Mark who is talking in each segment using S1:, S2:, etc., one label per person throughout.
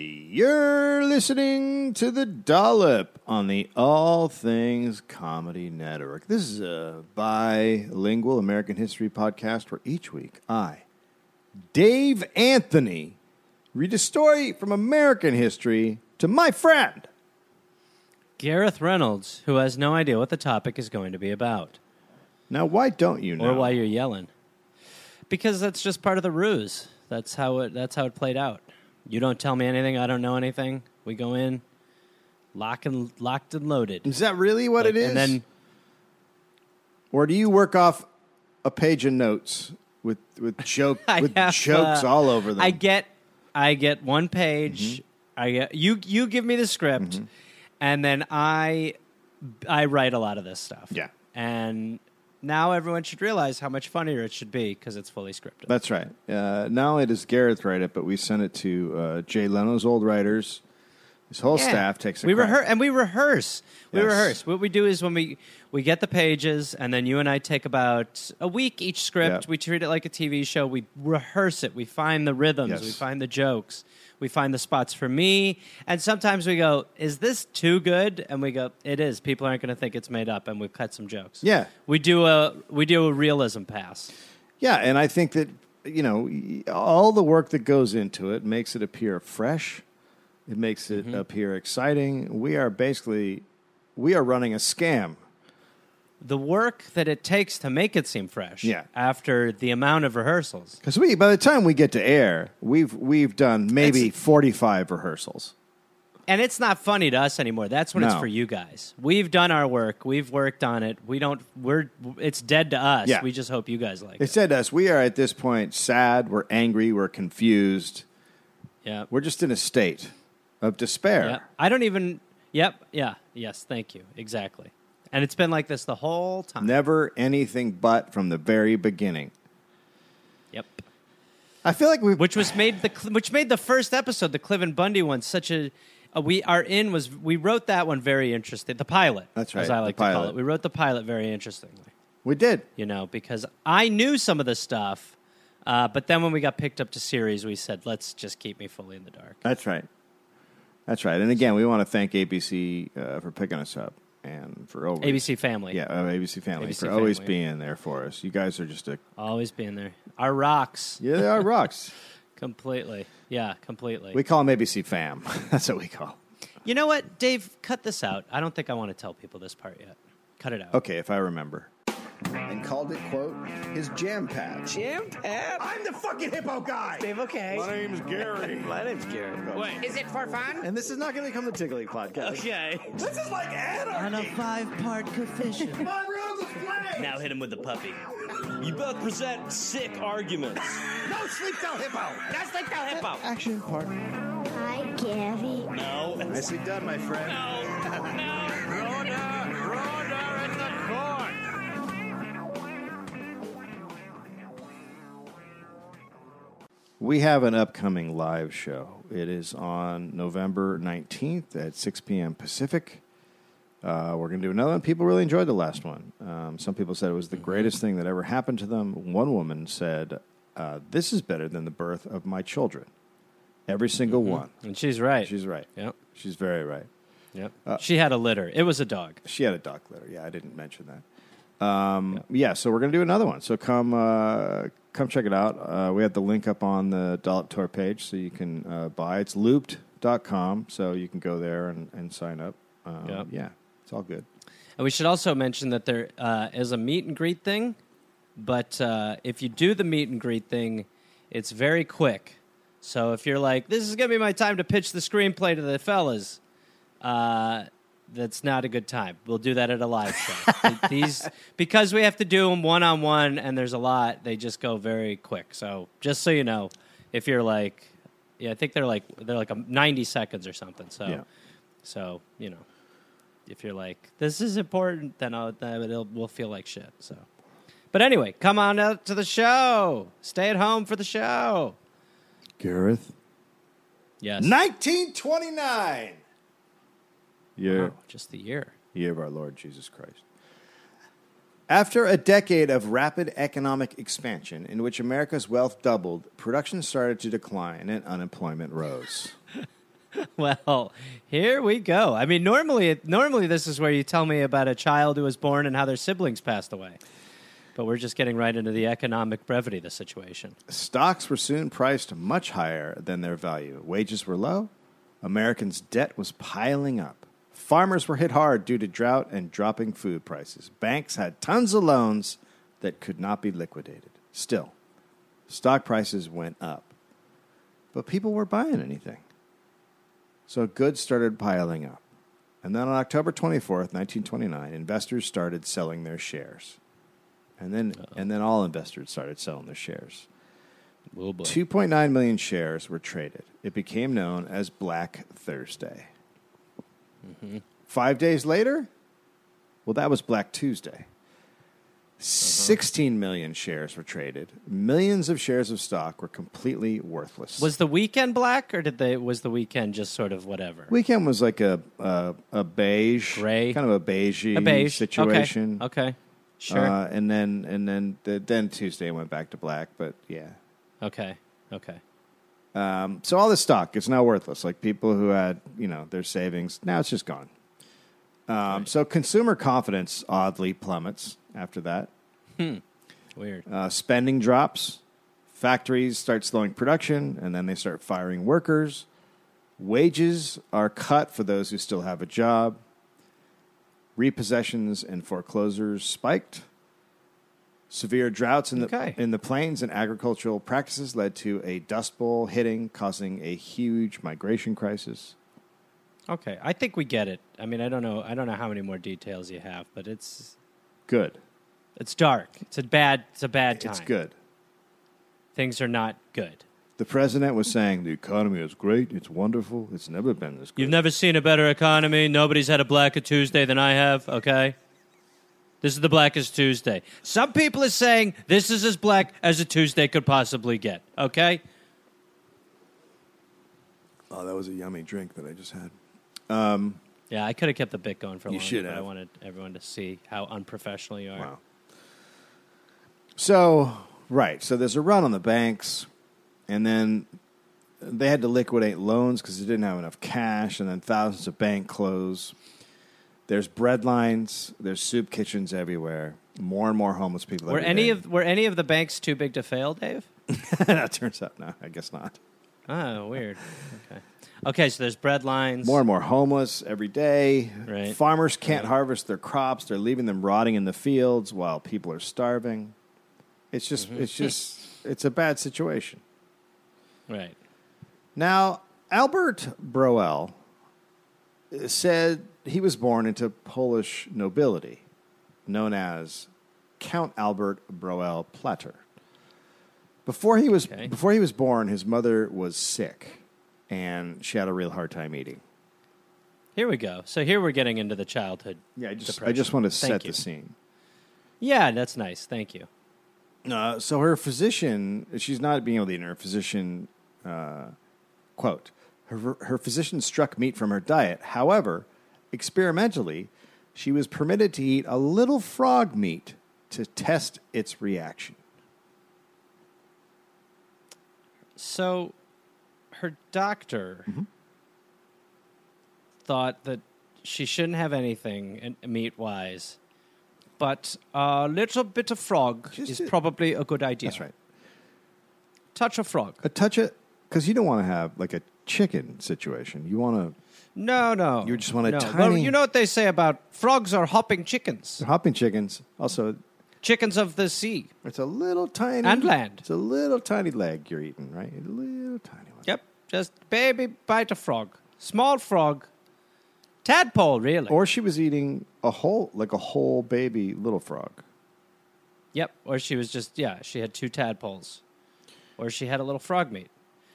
S1: You're listening to The Dollop on the All Things Comedy Network. This is a bilingual American history podcast where each week I, Dave Anthony, read a story from American history to my friend.
S2: Gareth Reynolds, who has no idea what the topic is going to be about
S1: Now, why don't you know?
S2: or why you're yelling. Because that's just part of the ruse. That's how it that's how it played out. You don't tell me anything, I don't know anything. We go in lock and locked and loaded.
S1: Is that really what
S2: Like,
S1: it is?
S2: And then
S1: or do you work off a page of notes with with joke
S2: I
S1: with
S2: have,
S1: jokes
S2: uh,
S1: all over them? Mm-hmm.
S2: I get I get one page. I get you you give me the script and then I I write a lot of this stuff.
S1: Yeah.
S2: And now everyone should realize how much funnier it should be because it's fully scripted.
S1: That's right. Uh, not only does Gareth write it, but we sent it to uh, Jay Leno's old writers. His whole
S2: Yeah.
S1: staff takes a
S2: we
S1: crack.
S2: rehearse and we rehearse we
S1: Yes.
S2: rehearse what we do is when we we get the pages and then you and i take about a week each script
S1: Yeah.
S2: we treat it like a tv show we rehearse it we find the rhythms
S1: Yes.
S2: we find the jokes we find the spots for me and sometimes we go is this too good and we go it is people aren't going to think it's made up and we've cut some jokes
S1: Yeah.
S2: we do a we do a realism pass
S1: Yeah, and I think that you know all the work that goes into it makes it appear fresh. It makes
S2: Mm-hmm.
S1: it appear exciting. We are basically we are running a scam.
S2: the work that it takes to make it seem fresh
S1: Yeah.
S2: after the amount of rehearsals
S1: Because we, by the time we get to air, we've we've done maybe
S2: It's-
S1: forty five rehearsals.
S2: And it's not funny to us anymore. That's when it's
S1: No.
S2: for you guys. We've done our work. We've worked on it. We don't. We're. It's dead to us.
S1: Yeah.
S2: We just hope you guys like
S1: They
S2: it.
S1: said to us, "We are at this point sad. We're angry. We're confused.
S2: Yeah.
S1: We're just in a state of despair."
S2: Yep. I don't even. Yep. Yeah. Yes. Thank you. Exactly. And it's been like this the whole time.
S1: Never anything but from the very beginning.
S2: Yep.
S1: I feel like we've
S2: Which was made the cl- which made the first episode, the Cliven Bundy one, such a. Uh, we are in was we wrote that one very interesting. The pilot.
S1: That's
S2: As
S1: right,
S2: I
S1: the
S2: like to call
S1: pilot.
S2: it. We wrote the pilot very interestingly.
S1: we did.
S2: you know, because I knew some of the stuff. Uh, but then when we got picked up to series, we said, let's just keep me fully in the dark.
S1: That's right. That's right. And again, we want to thank ABC uh, for picking us up and for always
S2: ABC Family.
S1: yeah, uh, ABC Family
S2: ABC
S1: for always
S2: Family.
S1: being there for us. You guys are just a
S2: Always being there. Our rocks.
S1: yeah, they are rocks.
S2: Completely. Yeah, completely.
S1: We call them ABC Fam. That's what we call. 'em.
S2: you know what, Dave? Cut this out. I don't think I want to tell people this part yet. Cut it out.
S1: Okay, if I remember.
S3: and called it, quote, his jam patch.
S4: I'm the fucking hippo guy.
S5: Dave, okay. My name's Gary. My name's Gary.
S6: Is it for fun?
S3: And this is not going to become the Tiggly
S4: Oh,
S3: podcast.
S5: Okay.
S4: This is like anarchy.
S5: five-part coefficient.
S4: My room is playing.
S5: now hit him with the puppy. You both present sick arguments.
S4: No sleep till hippo.
S6: That's like the hippo.
S3: Action part.
S7: Hi, Gabby.
S5: No.
S3: Nicely done, my friend.
S1: We have an upcoming live show. It is on November 19th at 6 p.m. Pacific. Uh, we're going to do another one. People really enjoyed the last one. Um, some people said it was the greatest thing that ever happened to them. One woman said, uh, This is better than the birth of my children. Every single
S3: Mm-hmm.
S1: one.
S2: And she's right.
S1: She's Uh, right.
S2: Yep.
S1: She's very right.
S2: Yep. she had a litter. It was a dog.
S1: She had a dog litter. Yeah, I didn't mention that. Um, yeah. so we're gonna do another one. So come, uh, come check it out. Uh, we have the link up on the Dollop Tour page, so you can uh, buy. It's looped.com, so you can go there and, and sign up. Um,
S2: Yep.
S1: Yeah, it's all good.
S2: And we should also mention that there uh, is a meet and greet thing, but uh, if you do the meet and greet thing, it's very quick. So if you're like, this is going to be my time to pitch the screenplay to the fellas, uh, that's not a good time. We'll do that at a live show. These because we have to do them one on one, and there's a lot. They just go very quick. So just so you know, if you're like, yeah, I think they're like they're like a 90 seconds or something. So,
S1: Yeah.
S2: so you know, if you're like this is important, then I'll, then it'll we'll feel like shit. So, but anyway, come on out to the show. Stay at home for the show.
S1: Gareth,
S2: Yes,
S1: 1929. Year,
S2: Wow, just the year.
S1: year of our Lord Jesus Christ. After a decade of rapid economic expansion in which America's wealth doubled, production started to decline and unemployment rose.
S2: Well, here we go. I mean, normally, normally this is where you tell me about a child who was born and how their siblings passed away. But we're just getting right into the economic brevity of the situation.
S1: Stocks were soon priced much higher than their value. Wages were low. Americans' debt was piling up. Farmers were hit hard due to drought and dropping food prices. Banks had tons of loans that could not be liquidated. Still, stock prices went up. But people weren't buying anything. So goods started piling up. And then on October 24th, 1929, investors started selling their shares. And then, and then all investors started selling their shares. 2.9 million shares were traded. It became known as Black Thursday. Five days later, well, that was Black Tuesday. 16 million shares were traded. Millions of shares of stock were completely worthless.
S2: Was the weekend black, or did they? Was the weekend just sort of whatever?
S1: Weekend was like a a, a beige,
S2: Gray.
S1: kind of a beigey
S2: a beige
S1: situation.
S2: Okay, okay. sure.
S1: Uh, and then and then the, then Tuesday went back to black. But yeah,
S2: okay, okay.
S1: So all this stock is now worthless. Like people who had, you know, their savings, now it's just gone. Um, so consumer confidence oddly plummets after that.
S2: Weird.
S1: Uh, spending drops. Factories start slowing production, and then they start firing workers. Wages are cut for those who still have a job. Repossessions and foreclosures spiked. Severe droughts in the
S2: Okay.
S1: in the plains and agricultural practices led to a dust bowl hitting, causing a huge migration crisis.
S2: Okay, I think we get it. I mean, I don't know. I don't know how many more details you have, but it's
S1: Good,
S2: it's dark. It's a bad. It's a bad time.
S1: it's good.
S2: Things are not good.
S1: The president was saying the economy is great, it's wonderful, it's never been this good.
S2: You've never seen a better economy. Nobody's had a blacker Tuesday than I have, okay? This is the blackest Tuesday. Some people are saying this is as black as a Tuesday could possibly get, okay?
S1: oh, that was a yummy drink that I just had.
S2: Yeah, I could have kept the bit going for
S1: You
S2: longer,
S1: should
S2: but I
S1: have.
S2: wanted everyone to see how unprofessional you are.
S1: Wow. So, right. So there's a run on the banks, and then they had to liquidate loans because they didn't have enough cash, and then thousands of bank close. There's bread lines, there's soup kitchens everywhere. More and more homeless people.
S2: Were
S1: every
S2: any
S1: day.
S2: of were any of the banks too big to fail, Dave?
S1: that turns out no, I guess not.
S2: Oh, weird. Okay. Okay, so there's bread lines.
S1: More and more homeless every day.
S2: Right.
S1: Farmers can't harvest their crops; they're leaving them rotting in the fields while people are starving. It's just,
S2: Mm-hmm.
S1: it's just, it's a bad situation.
S2: Right.
S1: Now, Albert Broel said he was born into Polish nobility, known as Count Albert Broel Platter. Before he was
S2: Okay.
S1: before he was born, his mother was sick, and she had a real hard time eating.
S2: Here we go. So here we're getting into the childhood.
S1: Yeah, I just I
S2: depression.
S1: just want to
S2: Thank
S1: set
S2: you.
S1: the scene.
S2: Yeah, that's nice. Thank you.
S1: Uh, so her physician, she's not being able to eat. and Her physician, uh, quote, her, her physician struck meat from her diet. However, experimentally, she was permitted to eat a little frog meat to test its reaction.
S2: So her doctor
S1: Mm-hmm.
S2: thought that she shouldn't have anything meat wise, but a little bit of frog
S1: Just
S2: is
S1: a-
S2: probably a good idea.
S1: That's right.
S2: Touch a frog.
S1: A touch it, because you don't want to have like a chicken situation. You want
S2: No, no.
S1: You just want a
S2: no. Well,
S1: tiny-
S2: you know what they say about frogs are hopping chickens,
S1: to hopping chickens. Also,
S2: chickens of the sea.
S1: it's a little tiny
S2: And land.
S1: It's a little tiny leg you're eating, right? A little tiny one.
S2: Yep, just baby bite a frog, small frog, tadpole really.
S1: Or she was eating a whole, like a whole baby little frog.
S2: Yep. Or she was just yeah, she had two tadpoles. Or she had a little frog meat.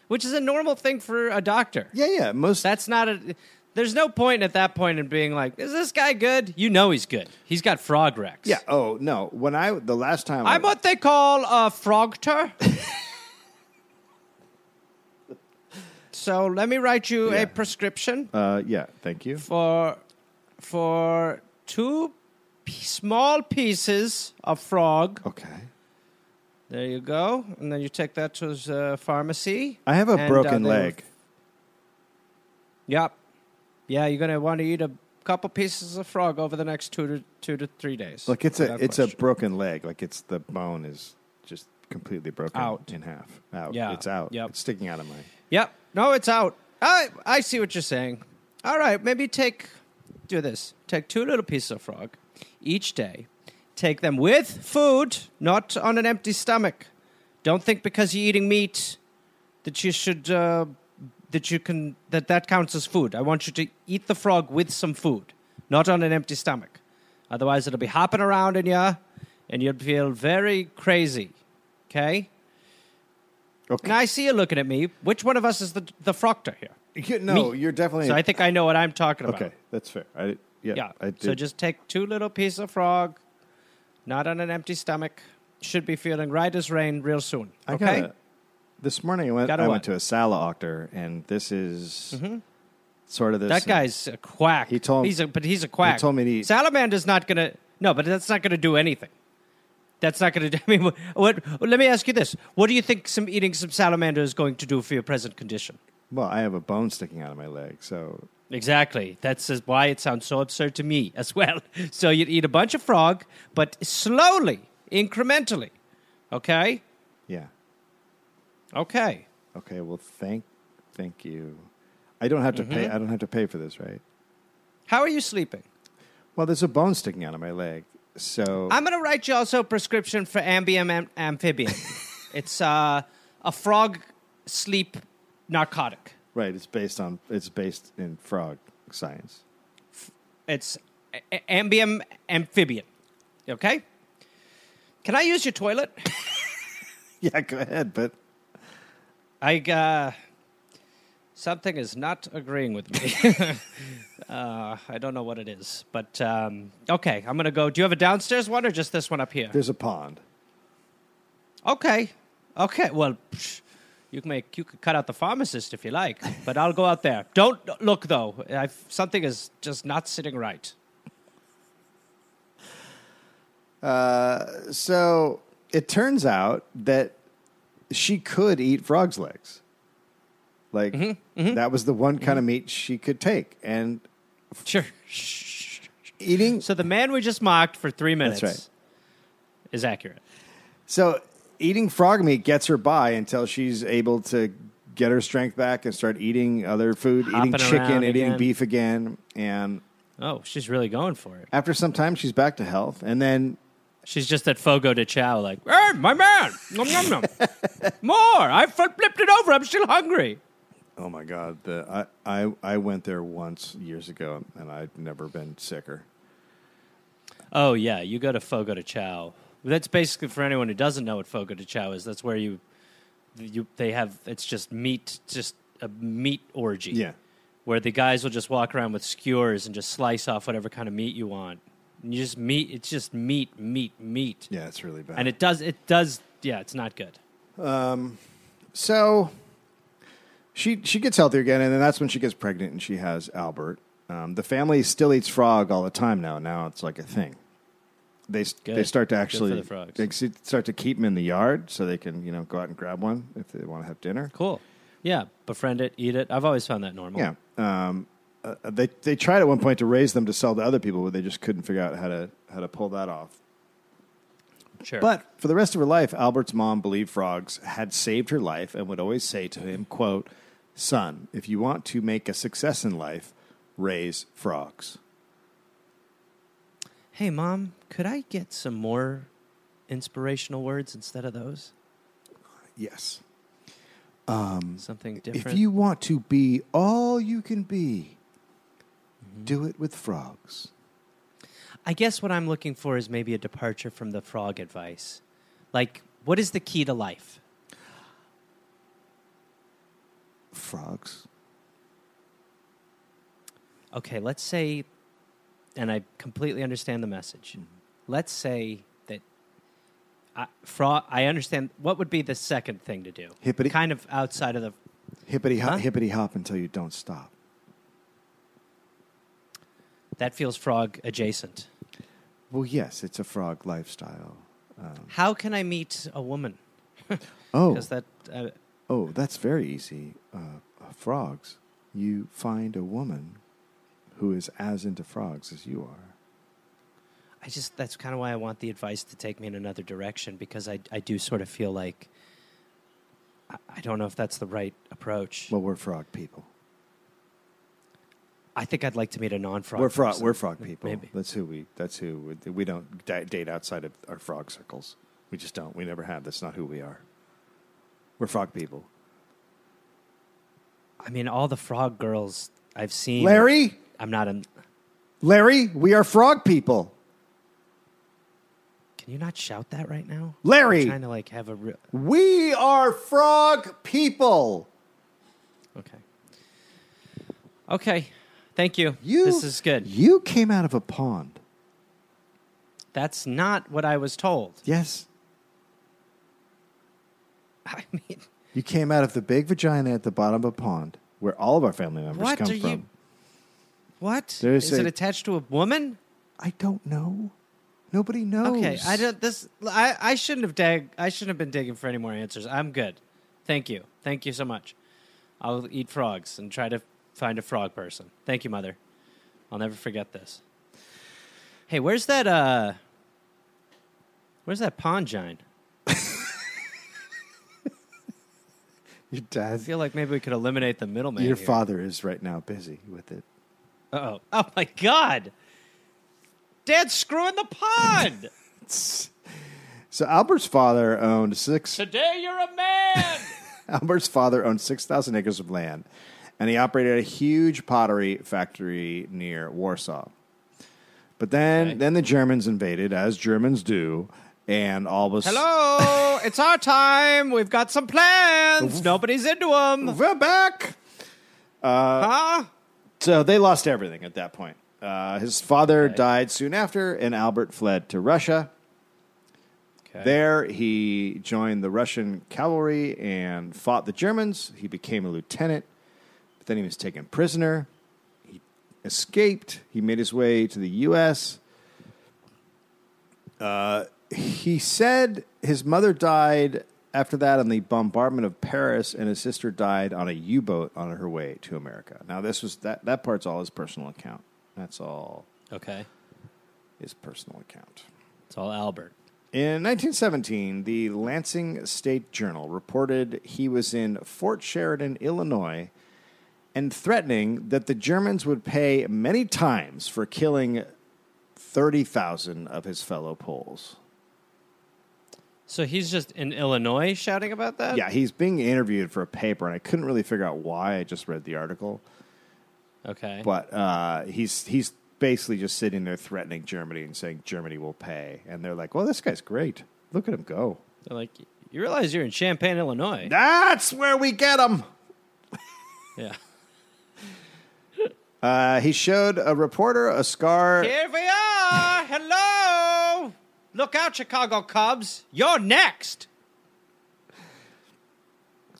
S2: Which is a normal thing for a doctor.
S1: Yeah, yeah. Most
S2: That's not a there's no point at that point in being like, is this guy good? You know he's good. He's got frog wrecks.
S1: yeah. Oh no. When I the last time
S2: I'm
S1: I,
S2: what they call a frogter. so let me write you
S1: Yeah.
S2: a prescription
S1: uh, yeah. Thank you.
S2: for for two p- small pieces of frog.
S1: Okay.
S2: There you go. And then you take that to the uh, pharmacy.
S1: I have a
S2: and, uh,
S1: broken
S2: they will-
S1: leg.
S2: Yep. Yeah, you're gonna want to eat a couple pieces of frog over the next two to two to three days.
S1: Like it's a
S2: Without
S1: it's a
S2: question.
S1: broken leg. Like it's the bone is just completely broken
S2: Out.
S1: in half. Out.
S2: Yeah.
S1: It's out.
S2: Yep.
S1: It's sticking out of my.
S2: Yep. No, it's out. I I see what you're saying. All right, maybe take do this. Take two little pieces of frog each day. Take them with food, not on an empty stomach. Don't think because you're eating meat that you should uh, that you can that that counts as food. I want you to eat the frog with some food, not on an empty stomach. Otherwise, it'll be hopping around in you, and you'll feel very crazy. Okay.
S1: Okay.
S2: And I see you looking at me. Which one of us is the the froctor here?
S1: You- no,
S2: Me.
S1: you're definitely
S2: So I think I know what I'm talking about.
S1: Oh, okay. That's fair. I yeah.
S2: Yeah.
S1: I
S2: so
S1: did-
S2: just take two little pieces of frog, not on an empty stomach. Should be feeling right as rain real soon.
S1: I
S2: okay.
S1: gotta- this morning I went.
S2: Gotta
S1: I
S2: what?
S1: went
S2: Mm-hmm.
S1: to a Sala Octor, and this is sort of this.
S2: that guy's a quack.
S1: He told-
S2: he's a but he's a quack.
S1: told me to eat-
S2: Salamander's not gonna. No, but that's not gonna do anything. That's not gonna. do I mean, what, what? Let me ask you this: What do you think some eating some salamander is going to do for your present condition?
S1: Well, I have a bone sticking out of my leg, so
S2: Exactly. That's is why it sounds so absurd to me as well. So you'd eat a bunch of frog, but slowly, incrementally. Okay?
S1: yeah.
S2: Okay.
S1: Okay. Well, thank thank you. I don't have to pay. I don't have to pay for this, right?
S2: How are you sleeping?
S1: Well, there's a bone sticking out of my leg, so
S2: I'm going to write you also a prescription for Ambien am- Amphibian. it's uh, a frog sleep narcotic.
S1: right. It's based on. It's based in frog science.
S2: It's a- a- Ambien Amphibian. Okay? Can I use your toilet?
S1: Yeah. Go ahead, but
S2: I uh, something is not agreeing with me. uh, I don't know what it is, but um, okay, I'm gonna go. Do you have a downstairs one or just this one up here?
S1: there's a pond.
S2: Okay, okay. Well, psh, you can make you could cut out the pharmacist if you like, but I'll go out there. Don't look though. i something is just not sitting right.
S1: So it turns out that she could eat frog's legs. Like that was the one kind of meat she could take, and
S2: Sure.
S1: eating.
S2: So the man we just mocked for three minutes
S1: That's right.
S2: is accurate.
S1: So eating frog meat gets her by until she's able to get her strength back and start eating other food,
S2: Hopping
S1: eating chicken
S2: around
S1: and eating
S2: again.
S1: beef again. And
S2: Oh, she's really going for it.
S1: after some time, she's back to health. And then
S2: She's just at Fogo de Chow, like, hey, my man, nom nom nom, more. I fl- flipped it over. I'm still hungry.
S1: oh my god, the I I, I went there once years ago, and I've never been sicker.
S2: Oh yeah, you go to Fogo de Chow. That's basically for anyone who doesn't know what Fogo de Chow is. That's where you, you they have it's just meat, just a meat orgy.
S1: Yeah.
S2: where the guys will just walk around with skewers and just slice off whatever kind of meat you want. And you just meat. It's just meat, meat, meat.
S1: Yeah, it's really bad.
S2: And it does. It does. Yeah, it's not good.
S1: so she she gets healthy again, and then that's when she gets pregnant and she has Albert. Um, the family still eats frog all the time now. Now it's like a thing. They s- they
S2: Good.
S1: start to
S2: Good for
S1: actually
S2: the frogs.
S1: they s- start to keep them in the yard so they can you know go out and grab one if they want to have dinner.
S2: Cool. Yeah, befriend it, eat it. I've always found that normal.
S1: Yeah. Um, uh, they they tried at one point to raise them to sell to other people, but they just couldn't figure out how to how to pull that off.
S2: sure.
S1: But for the rest of her life, Albert's mom believed frogs had saved her life and would always say to him, quote, Son, if you want to make a success in life, raise frogs.
S2: Hey, mom, could I get some more inspirational words instead of those?
S1: Yes.
S2: Something different.
S1: Mm. If you want to be all you can be,
S2: Mm-hmm.
S1: do it with frogs.
S2: I guess what I'm looking for is maybe a departure from the frog advice. Like, what is the key to life?
S1: Frogs.
S2: Okay, let's say, and I completely understand the message.
S1: Mm-hmm.
S2: Let's say that I, frog. I understand. What would be the second thing to do?
S1: Hippity-
S2: Kind of outside of the.
S1: Hippity hop,
S2: Huh?
S1: hippity hop until you don't stop. Mm.
S2: That feels frog adjacent.
S1: Well, yes, it's a frog lifestyle.
S2: How can I meet a woman?
S1: Oh,
S2: Because that uh,
S1: oh, that's very easy. Uh, uh, frogs. You find a woman who is as into frogs as you are.
S2: I just that's kind of why I want the advice to take me in another direction because I I do sort of feel like I, I don't know if that's the right approach.
S1: Well, we're frog people.
S2: I think I'd like to meet a non-frog.
S1: we're frog.
S2: person.
S1: We're frog people.
S2: Maybe.
S1: That's who we. That's who we, we don't da- date outside of our frog circles. We just don't. We never have. That's not who we are. We're frog people.
S2: I mean, all the frog girls I've seen.
S1: Larry,
S2: I'm not in.
S1: Larry, we are frog people.
S2: Can you not shout that right now,
S1: Larry!
S2: I'm trying to like have a real.
S1: We are frog people.
S2: Okay. Okay. Thank you.
S1: You.
S2: This is good.
S1: You came out of a pond.
S2: That's not what I was told.
S1: Yes,
S2: I mean,
S1: you came out of the big vagina at the bottom of a pond where all of our family members
S2: What
S1: come
S2: are you-
S1: from.
S2: what is
S1: There's
S2: it
S1: a-
S2: attached to a woman?
S1: I don't know. Nobody knows.
S2: Okay, I don't. This I, I shouldn't have dig. I shouldn't have been digging for any more answers. I'm good. Thank you. Thank you so much. I'll eat frogs and try to find a frog person. Thank you, mother. I'll never forget this. Hey, where's that? uh Where's that pond giant?
S1: Your
S2: I
S1: dad,
S2: feel like maybe we could eliminate the middleman.
S1: your
S2: here.
S1: father is right now busy with it.
S2: Uh-oh. Oh my god. Dad's screwing the pond.
S1: So Albert's father owned six.
S2: Today you're a man.
S1: Albert's father owned 6,000 acres of land, and he operated a huge pottery factory near Warsaw. But then,
S2: Okay.
S1: then the Germans invaded, as Germans do, and all was
S2: Hello, it's our time. We've got some plans. Nobody's into them.
S1: We're back.
S2: Huh?
S1: So they lost everything at that point. Uh, his father died soon after, and Albert fled to Russia. There, he joined the Russian cavalry and fought the Germans. He became a lieutenant, but then he was taken prisoner. He escaped. He made his way to the U.S. Uh, he said his mother died after that on the bombardment of Paris, and his sister died on a U-boat on her way to America. Now, this was that that part's all his personal account. That's all
S2: Okay.
S1: his personal account.
S2: It's all Albert.
S1: In 1917, the Lansing State Journal reported he was in Fort Sheridan, Illinois, and threatening that the Germans would pay many times for killing 30,000 of his fellow Poles.
S2: So he's just in Illinois shouting about that?
S1: Yeah, he's being interviewed for a paper, and I couldn't really figure out why. I just read the article.
S2: Okay.
S1: But uh, he's, he's basically just sitting there threatening Germany and saying Germany will pay. And they're like, well, this guy's great. Look at him go.
S2: They're like, you realize you're in Champaign, Illinois.
S1: That's where we get him.
S2: yeah.
S1: Uh, he showed a reporter a scar.
S2: Here we are. Hello. Look out, Chicago Cubs. You're next.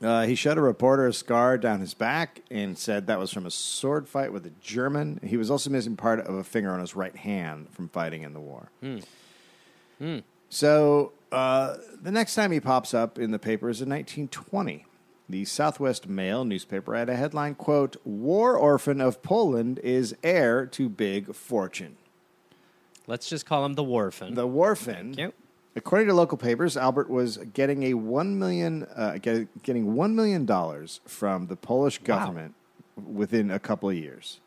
S1: Uh, he showed a reporter a scar down his back and said that was from a sword fight with a German. He was also missing part of a finger on his right hand from fighting in the war. So uh, the next time he pops up in the paper is in 1920. The Southwest Mail newspaper had a headline quote: "War orphan of Poland is heir to big fortune."
S2: Let's just call him the Warfin.
S1: The Warfin.
S2: you.
S1: According to local papers, Albert was getting a one million, uh, get, getting one million dollars from the Polish government within a couple of years.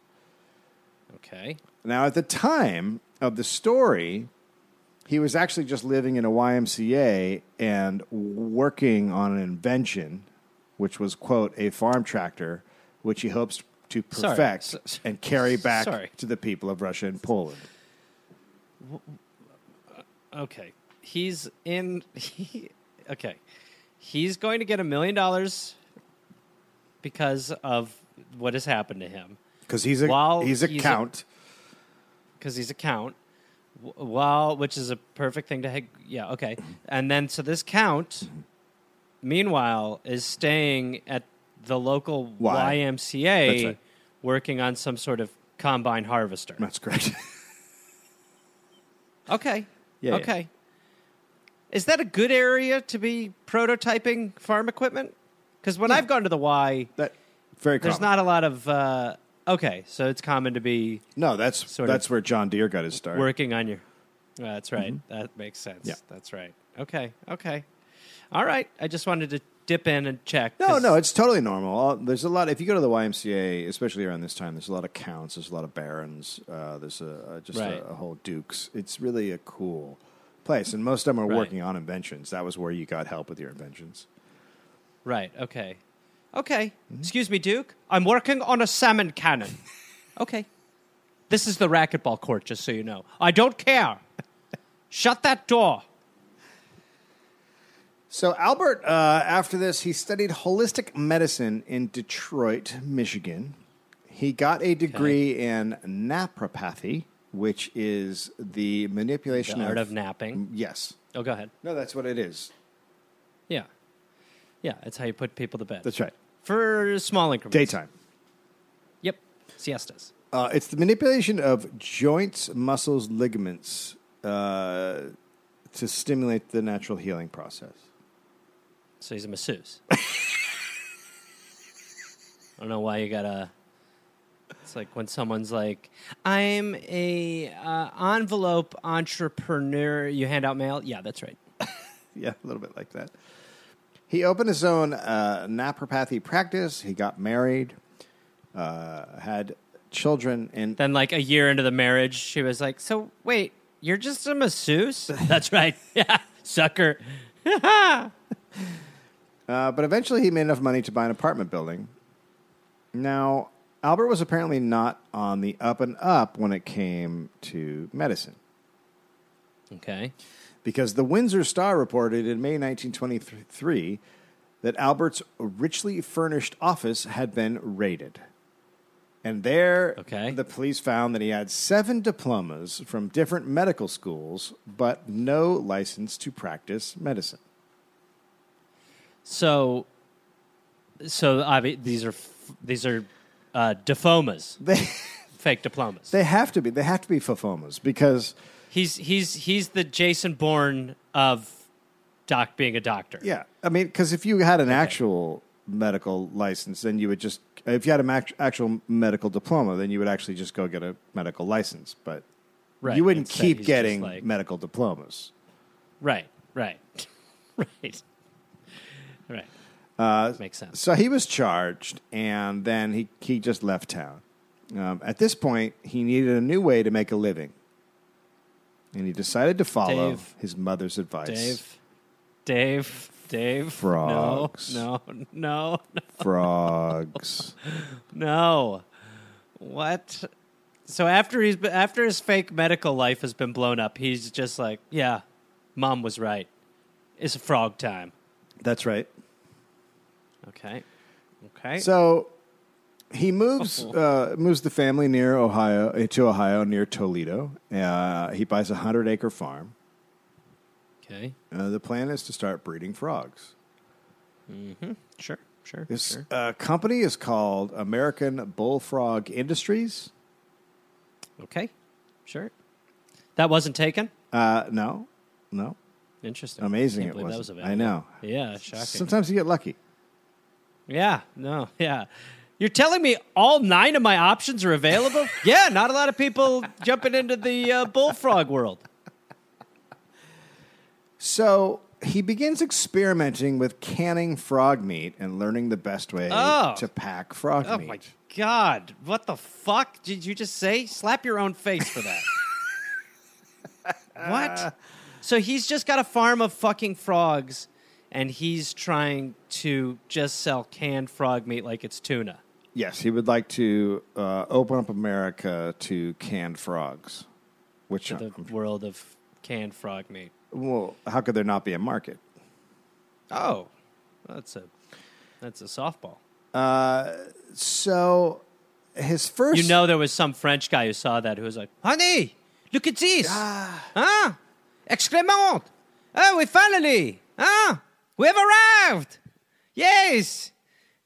S2: okay.
S1: Now, at the time of the story, he was actually just living in a YMCA and working on an invention, which was quote a farm tractor, which he hopes to
S2: Sorry.
S1: perfect
S2: S- s-
S1: and carry back
S2: Sorry.
S1: to the people of Russia and Poland.
S2: Okay. He's in. He, okay. He's going to get a million dollars because of what has happened to him.
S1: Because he's a
S2: While
S1: he's a
S2: he's a-
S1: count.
S2: because he's a count. W- Well, which is a perfect thing to ha- yeah okay. And then so this count, meanwhile, is staying at the local
S1: Y. That's
S2: YMCA,
S1: right.
S2: working on some sort of combine harvester.
S1: That's correct.
S2: Okay.
S1: Yeah, yeah.
S2: okay. Is that a good area to be prototyping farm equipment? Because when I've gone to the Y,
S1: That very common.
S2: there's not a lot of. Uh, okay, so it's common to be
S1: no, that's
S2: sort of-
S1: that's where John Deere got his start.
S2: working on your. Yeah, that's right. That makes sense.
S1: Mm-hmm. Yeah.
S2: That's right. Okay. Okay. All right. I just wanted to dip in and check.
S1: No,
S2: 'cause-
S1: no, it's totally normal. All- There's a lot. If you go to the YMCA, especially around this time, there's a lot of counts. There's a lot of barons. Uh, there's a, a just
S2: Right.
S1: a, a whole dukes. It's really a cool place, and most of them are
S2: Right.
S1: working on inventions. That was where you got help with your inventions.
S2: Right. Okay. Okay.
S1: Mm-hmm.
S2: Excuse me, Duke. I'm working on a salmon cannon. okay. This is the racquetball court, just so you know. I don't care. Shut that door.
S1: So Albert, uh, after this, he studied holistic medicine in Detroit, Michigan. He got a degree in napropathy, which is the manipulation
S2: The art of napping.
S1: Yes.
S2: Oh, go ahead.
S1: No, that's what it is.
S2: Yeah. Yeah, that's how you put people to bed.
S1: That's right.
S2: For small increments.
S1: Daytime.
S2: Yep. Siestas.
S1: Uh, it's the manipulation of joints, muscles, ligaments uh, to stimulate the natural healing process.
S2: So he's a masseuse. I don't know why you gotta. It's like when someone's like, "I'm a uh, envelope entrepreneur." You hand out mail. Yeah, that's right.
S1: Yeah, a little bit like that. He opened his own uh, napropathy practice. He got married, uh, had children, and
S2: Then, like a year into the marriage, she was like, "So wait, you're just a masseuse?" that's right. Yeah, sucker.
S1: Uh, but eventually, he made enough money to buy an apartment building. Now, Albert was apparently not on the up and up when it came to medicine.
S2: Okay.
S1: because the Windsor Star reported in May 1923 that Albert's richly furnished office had been raided. And there,
S2: Okay.
S1: the police found that he had seven diplomas from different medical schools, but no license to practice medicine.
S2: So, so obvi- these are f- these are uh, diplomas,
S1: They,
S2: fake diplomas.
S1: they have to be. They have to be fofomas because,
S2: He's he's he's the Jason Bourne of doc being a doctor.
S1: yeah, I mean, because if you had an actual medical license, then you would just, if you had an act- actual medical diploma, then you would actually just go get a medical license. But
S2: right.
S1: you wouldn't
S2: Instead,
S1: keep
S2: he's just
S1: getting
S2: like-
S1: medical diplomas.
S2: right, right, right, right. Makes sense.
S1: Uh, So he was charged, and then he, he just left town. Um, at this point, he needed a new way to make a living, and he decided to follow
S2: Dave.
S1: his mother's advice.
S2: Dave, Dave, Dave.
S1: Frogs.
S2: No, no, no,
S1: Frogs.
S2: no. What? So after he's been, after his fake medical life has been blown up, he's just like, yeah, mom was right. It's frog time.
S1: That's right.
S2: Okay. Okay.
S1: So he moves uh, moves the family near Ohio eh, to Ohio near Toledo. Uh, he buys a hundred acre farm.
S2: okay.
S1: Uh, the plan is to start breeding frogs.
S2: Sure. Sure.
S1: This
S2: sure.
S1: uh, company is called American Bullfrog Industries.
S2: Okay, sure. That wasn't taken.
S1: Uh, no, no,
S2: Interesting.
S1: amazing
S2: Can't
S1: it
S2: believe
S1: was.
S2: that was available.
S1: I know.
S2: Yeah, shocking.
S1: Sometimes you get lucky.
S2: yeah, no, yeah. You're telling me all nine of my options are available? yeah, not a lot of people jumping into the uh, bullfrog world.
S1: So he begins experimenting with canning frog meat and learning the best way
S2: Oh.
S1: to pack frog
S2: Oh
S1: meat.
S2: my god, what the fuck did you just say? Slap your own face for that. what? So he's just got a farm of fucking frogs, and he's trying to just sell canned frog meat like it's tuna.
S1: Yes, he would like to uh, open up America to canned frogs. Which,
S2: the
S1: I'm-
S2: world of canned frog meat.
S1: well, how could there not be a market?
S2: Oh, that's a that's a softball.
S1: So his first.
S2: You know, there was some French guy who saw that who was like, "Honey, look at this! Huh? Exclamant! Oh, we finally! Huh? We have arrived! Yes,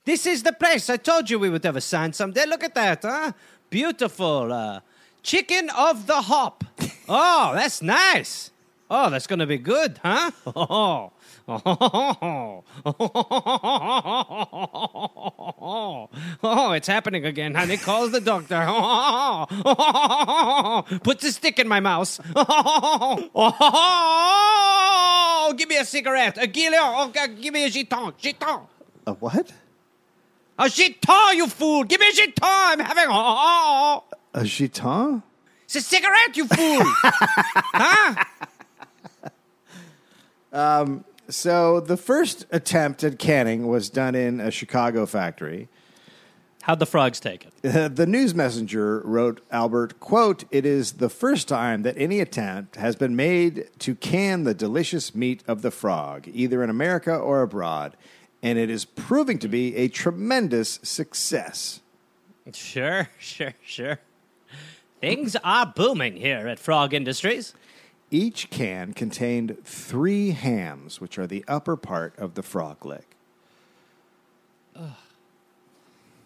S2: this is the place. I told you we would have a sign someday. Look at that! Huh? Beautiful uh, chicken of the hop." Oh, that's nice. Oh, that's gonna be good, huh? Oh, oh, oh, it's happening again, honey. Calls the doctor. Oh, puts a stick in my mouth. Oh, give me a cigarette, a gilio. Oh, g- give me a giton, giton.
S1: A what?
S2: A giton, Oh, you fool! Give me a giton. I'm having oh.
S1: A gitan?
S2: It's a cigarette, you fool!
S1: So the first attempt at canning was done in a Chicago factory.
S2: How'd the frogs take it?
S1: Uh, the news messenger wrote Albert, quote, "It is the first time that any attempt has been made to can the delicious meat of the frog, either in America or abroad, and it is proving to be a tremendous success."
S2: Sure, sure, sure. Things are booming here at Frog Industries.
S1: Each can contained three hams, which are the upper part of the frog leg.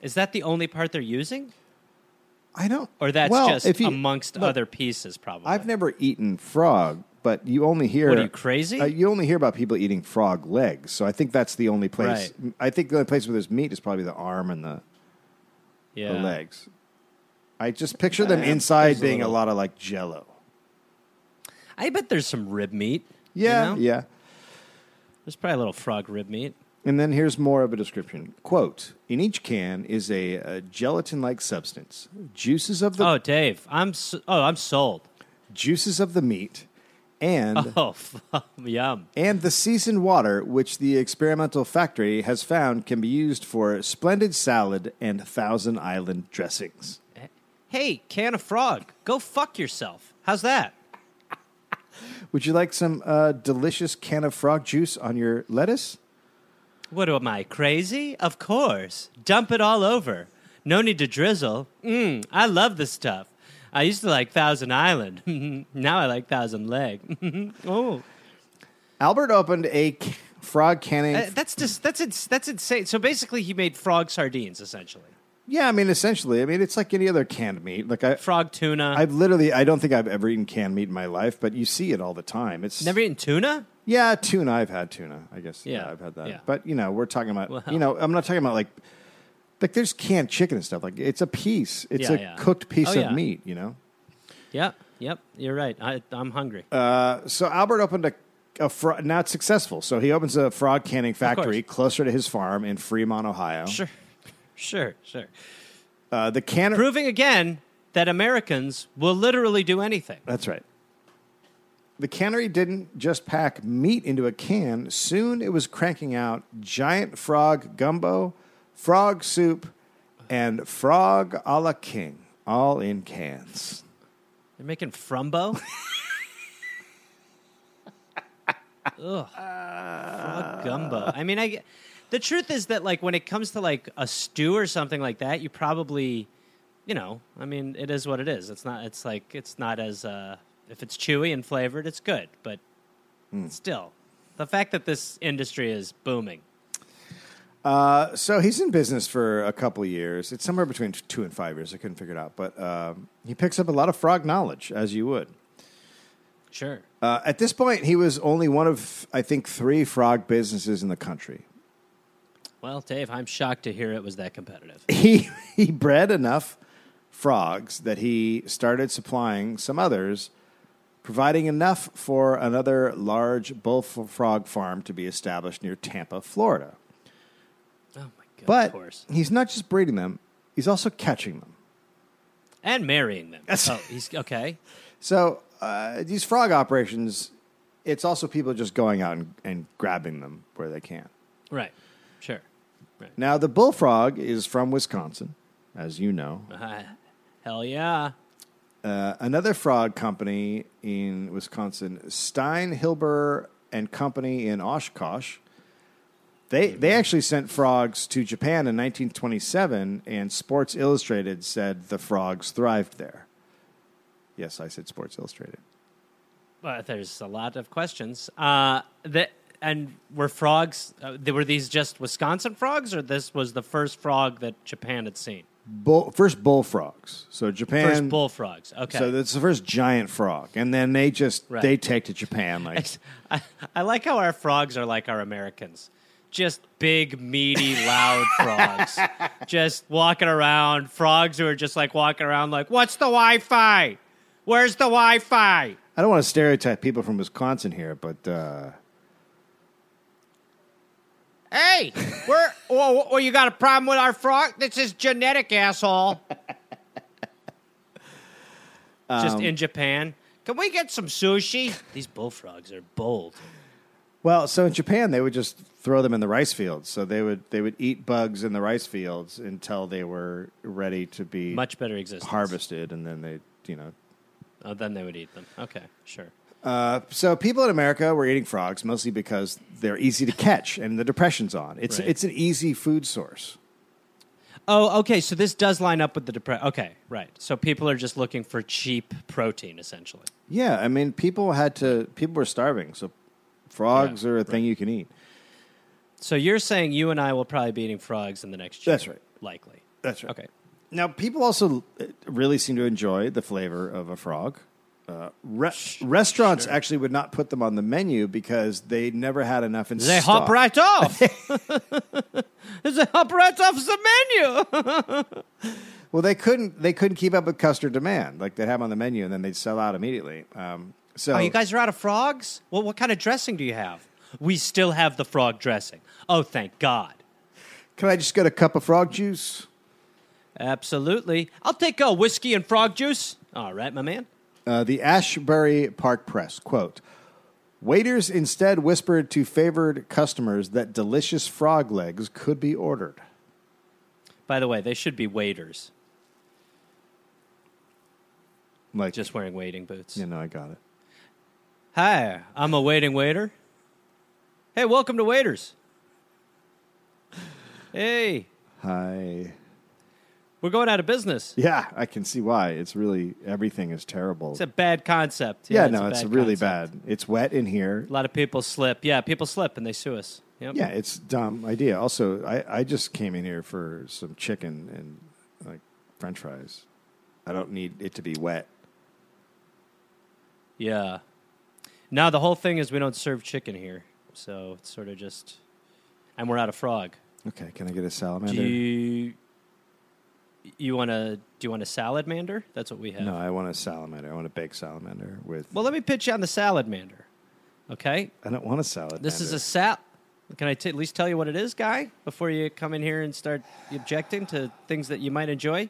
S2: Is that the only part they're using?
S1: I don't,
S2: Or that's
S1: well,
S2: just
S1: if you-
S2: amongst
S1: look,
S2: other pieces, probably?
S1: I've never eaten frog, but you only hear.
S2: What, are you crazy?
S1: Uh, you only hear about people eating frog legs, so I think that's the only place. I think the only place where there's meat is probably the arm and the,
S2: yeah.
S1: the legs. I just picture them inside being a, lot of like Jello.
S2: I bet there's some rib meat. you
S1: Yeah,
S2: know?
S1: yeah.
S2: There's probably a little frog rib meat.
S1: And then here's more of a description. Quote, in each can is a, a gelatin-like substance. Juices of the
S2: Oh, Dave, I'm s oh, I'm sold.
S1: juices of the meat and
S2: Oh, fuck, yum.
S1: and the seasoned water which the experimental factory has found can be used for splendid salad and thousand island dressings.
S2: Hey, can of frog, go fuck yourself. How's that?
S1: Would you like some uh, delicious can of frog juice on your lettuce?
S2: What am I, crazy? Of course. Dump it all over. No need to drizzle. Mmm, I love this stuff. I used to like Thousand Island. now I like Thousand Leg. oh,
S1: Albert opened a c- frog canning.
S2: Uh, that's just that's ins- that's insane. So basically, he made frog sardines, essentially
S1: yeah, I mean, essentially, I mean, it's like any other canned meat. Like I,
S2: frog tuna.
S1: I've literally, I don't think I've ever eaten canned meat in my life, but you see it all the time. It's
S2: Never eaten tuna.
S1: Yeah, tuna. I've had tuna. I guess. Yeah,
S2: Yeah,
S1: I've had that.
S2: yeah.
S1: But you know, we're talking about.
S2: Well-
S1: You know, I'm not talking about like like there's canned chicken and stuff. Like it's a piece. It's
S2: Yeah,
S1: a
S2: yeah.
S1: cooked piece
S2: Oh,
S1: of
S2: yeah.
S1: meat. You know.
S2: Yep, yep. You're right. I, I'm hungry.
S1: So Albert opened a. A fro- not successful, so he opens a frog canning factory closer to his farm in Fremont, Ohio.
S2: sure, sure, sure.
S1: Uh, the canner.
S2: Proving again that Americans will literally do anything.
S1: That's right. The cannery didn't just pack meat into a can. Soon it was cranking out giant frog gumbo, frog soup, and frog a la king, all in cans.
S2: They're making frumbo. Ugh,
S1: Uh.
S2: frog gumbo. I mean, I. g- The truth is that, like, when it comes to like a stew or something like that, you probably, you know, I mean, it is what it is. It's not. It's like it's not as uh, if it's chewy and flavored, it's good. But
S1: Hmm.
S2: still, the fact that this industry is booming.
S1: So he's in business for a couple of years. It's somewhere between t- two and five years. I couldn't figure it out, but um, he picks up a lot of frog knowledge, as you would.
S2: Sure.
S1: Uh, at this point, he was only one of, I think, three frog businesses in the country.
S2: Well, Dave, I'm shocked to hear it was that competitive.
S1: he he bred enough frogs that he started supplying some others, providing enough for another large bullfrog farm to be established near Tampa, Florida.
S2: Oh my god.
S1: But
S2: of course.
S1: he's not just breeding them; he's also catching them.
S2: And marrying them.
S1: That's-
S2: Oh, he's okay.
S1: So uh, these frog operations, it's also people just going out and, and grabbing them where they can.
S2: Right. Sure. Right.
S1: Now the bullfrog is from Wisconsin, as you know.
S2: Uh, hell yeah.
S1: another frog company in Wisconsin, Stein Hilber and Company in Oshkosh. They
S2: Mm-hmm.
S1: they actually sent frogs to Japan in 1927, and Sports Illustrated said the frogs thrived there. Yes, I said Sports Illustrated.
S2: But there's a lot of questions. Uh, the, and were frogs, uh, there- were these just Wisconsin frogs, or this was the first frog that Japan had seen?
S1: bull, first bullfrogs. So Japan
S2: First bullfrogs. Okay.
S1: So that's the first giant frog, and then they just
S2: Right.
S1: they take to Japan like
S2: I, I like how our frogs are like our Americans. Just big, meaty, loud frogs. Just walking around. Frogs who are just like walking around like, what's the Wi Fi? Where's the Wi Fi?
S1: I don't want to stereotype people from Wisconsin here, but uh,
S2: Hey, we're, oh, oh, you got a problem with our frog? This is genetic, asshole. Just in Japan. Can we get some sushi? These bullfrogs are bold.
S1: well, so in Japan they would just throw them in the rice fields. So they would they would eat bugs in the rice fields until they were ready to be
S2: Much better existence.
S1: harvested, and then they you know.
S2: Oh, then they would eat them. Okay, sure.
S1: So people in America were eating frogs mostly because they're easy to catch, and the depression's on. It's
S2: Right.
S1: it's an easy food source.
S2: Oh, okay. So this does line up with the depression. Okay, right. So people are just looking for cheap protein, essentially.
S1: Yeah, I mean, people had to. People were starving, so frogs
S2: Yeah,
S1: are a thing you can eat.
S2: So you're saying you and I will probably be eating frogs in the next year.
S1: That's right.
S2: Likely.
S1: That's right.
S2: Okay.
S1: Now, people also uh, really seem to enjoy the flavor of a frog. Uh, re- restaurants actually would not put them on the menu because they never had enough in
S2: They
S1: stock.
S2: hop right off. they hop right off the menu.
S1: Well, they couldn't. They couldn't keep up with customer demand. Like they'd have 'em on the menu and then they'd sell out immediately. Um, so
S2: Oh, you guys are out of frogs? Well, what kind of dressing do you have? We still have the frog dressing. Oh, thank God.
S1: can I just get a cup of frog juice?
S2: Absolutely. I'll take a whiskey and frog juice. All right, my man.
S1: Uh, the Ashbury Park Press quote: Waiters instead whispered to favored customers that delicious frog legs could be ordered.
S2: By the way, they should be waiters,
S1: Like
S2: just wearing waiting boots.
S1: you know, I got it.
S2: Hi, I'm a waiting waiter. Hey, welcome to Waiters. Hey,
S1: Hi.
S2: we're going out of business.
S1: Yeah, I can see why. It's really everything is terrible.
S2: It's a bad concept.
S1: yeah, no, it's
S2: bad
S1: really
S2: concept.
S1: bad. It's wet in here.
S2: A lot of people slip. Yeah, people slip and they sue us. Yep.
S1: Yeah, it's dumb idea. Also, I, I just came in here for some chicken and like French fries. I don't need it to be wet.
S2: Yeah. Now the whole thing is we don't serve chicken here, so it's sort of just, and we're out of frog.
S1: Okay, can I get a salamander?
S2: Do you you want to do you want a salad mander? That's what we have.
S1: no, I want a salamander. I want a baked salamander with.
S2: Well, let me pitch you on the salad mander. Okay,
S1: I don't want a salad.
S2: This is a sap. Can I t- at least tell you what it is, guy, before you come in here and start objecting to things that you might enjoy?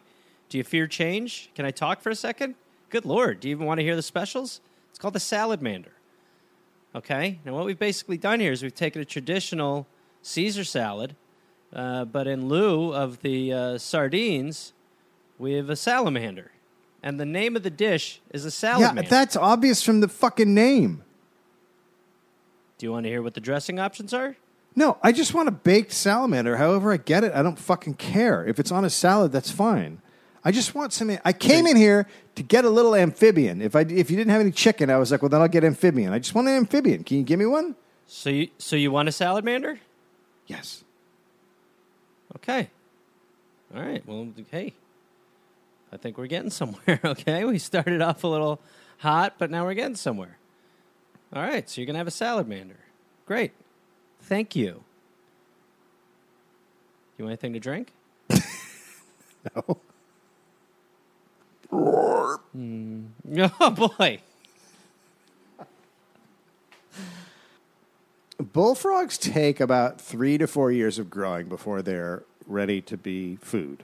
S2: Do you fear change? Can I talk for a second? Good lord, do you even want to hear the specials? It's called the salamander. Okay? Now, what we've basically done here is we've taken a traditional Caesar salad, uh, but in lieu of the uh, sardines, we have a salamander. And the name of the dish is a
S1: yeah,
S2: salamander.
S1: that's obvious from the fucking name.
S2: do you want to hear what the dressing options are?
S1: No, I just want a baked salamander. However, I get it. I don't fucking care. If it's on a salad, that's fine. I just want some. I came in here to get a little amphibian. If I if you didn't have any chicken, I was like, well, then I'll get amphibian. I just want an amphibian. Can you give me one?
S2: So you, so you want a salamander?
S1: Yes.
S2: Okay. All right. Well, hey, I think we're getting somewhere. Okay. We started off a little hot, but now we're getting somewhere. All right. So you're going to have a salamander. Great. Thank you. You want anything to drink? no. Oh, boy.
S1: Bullfrogs take about three to four years of growing before they're ready to be food.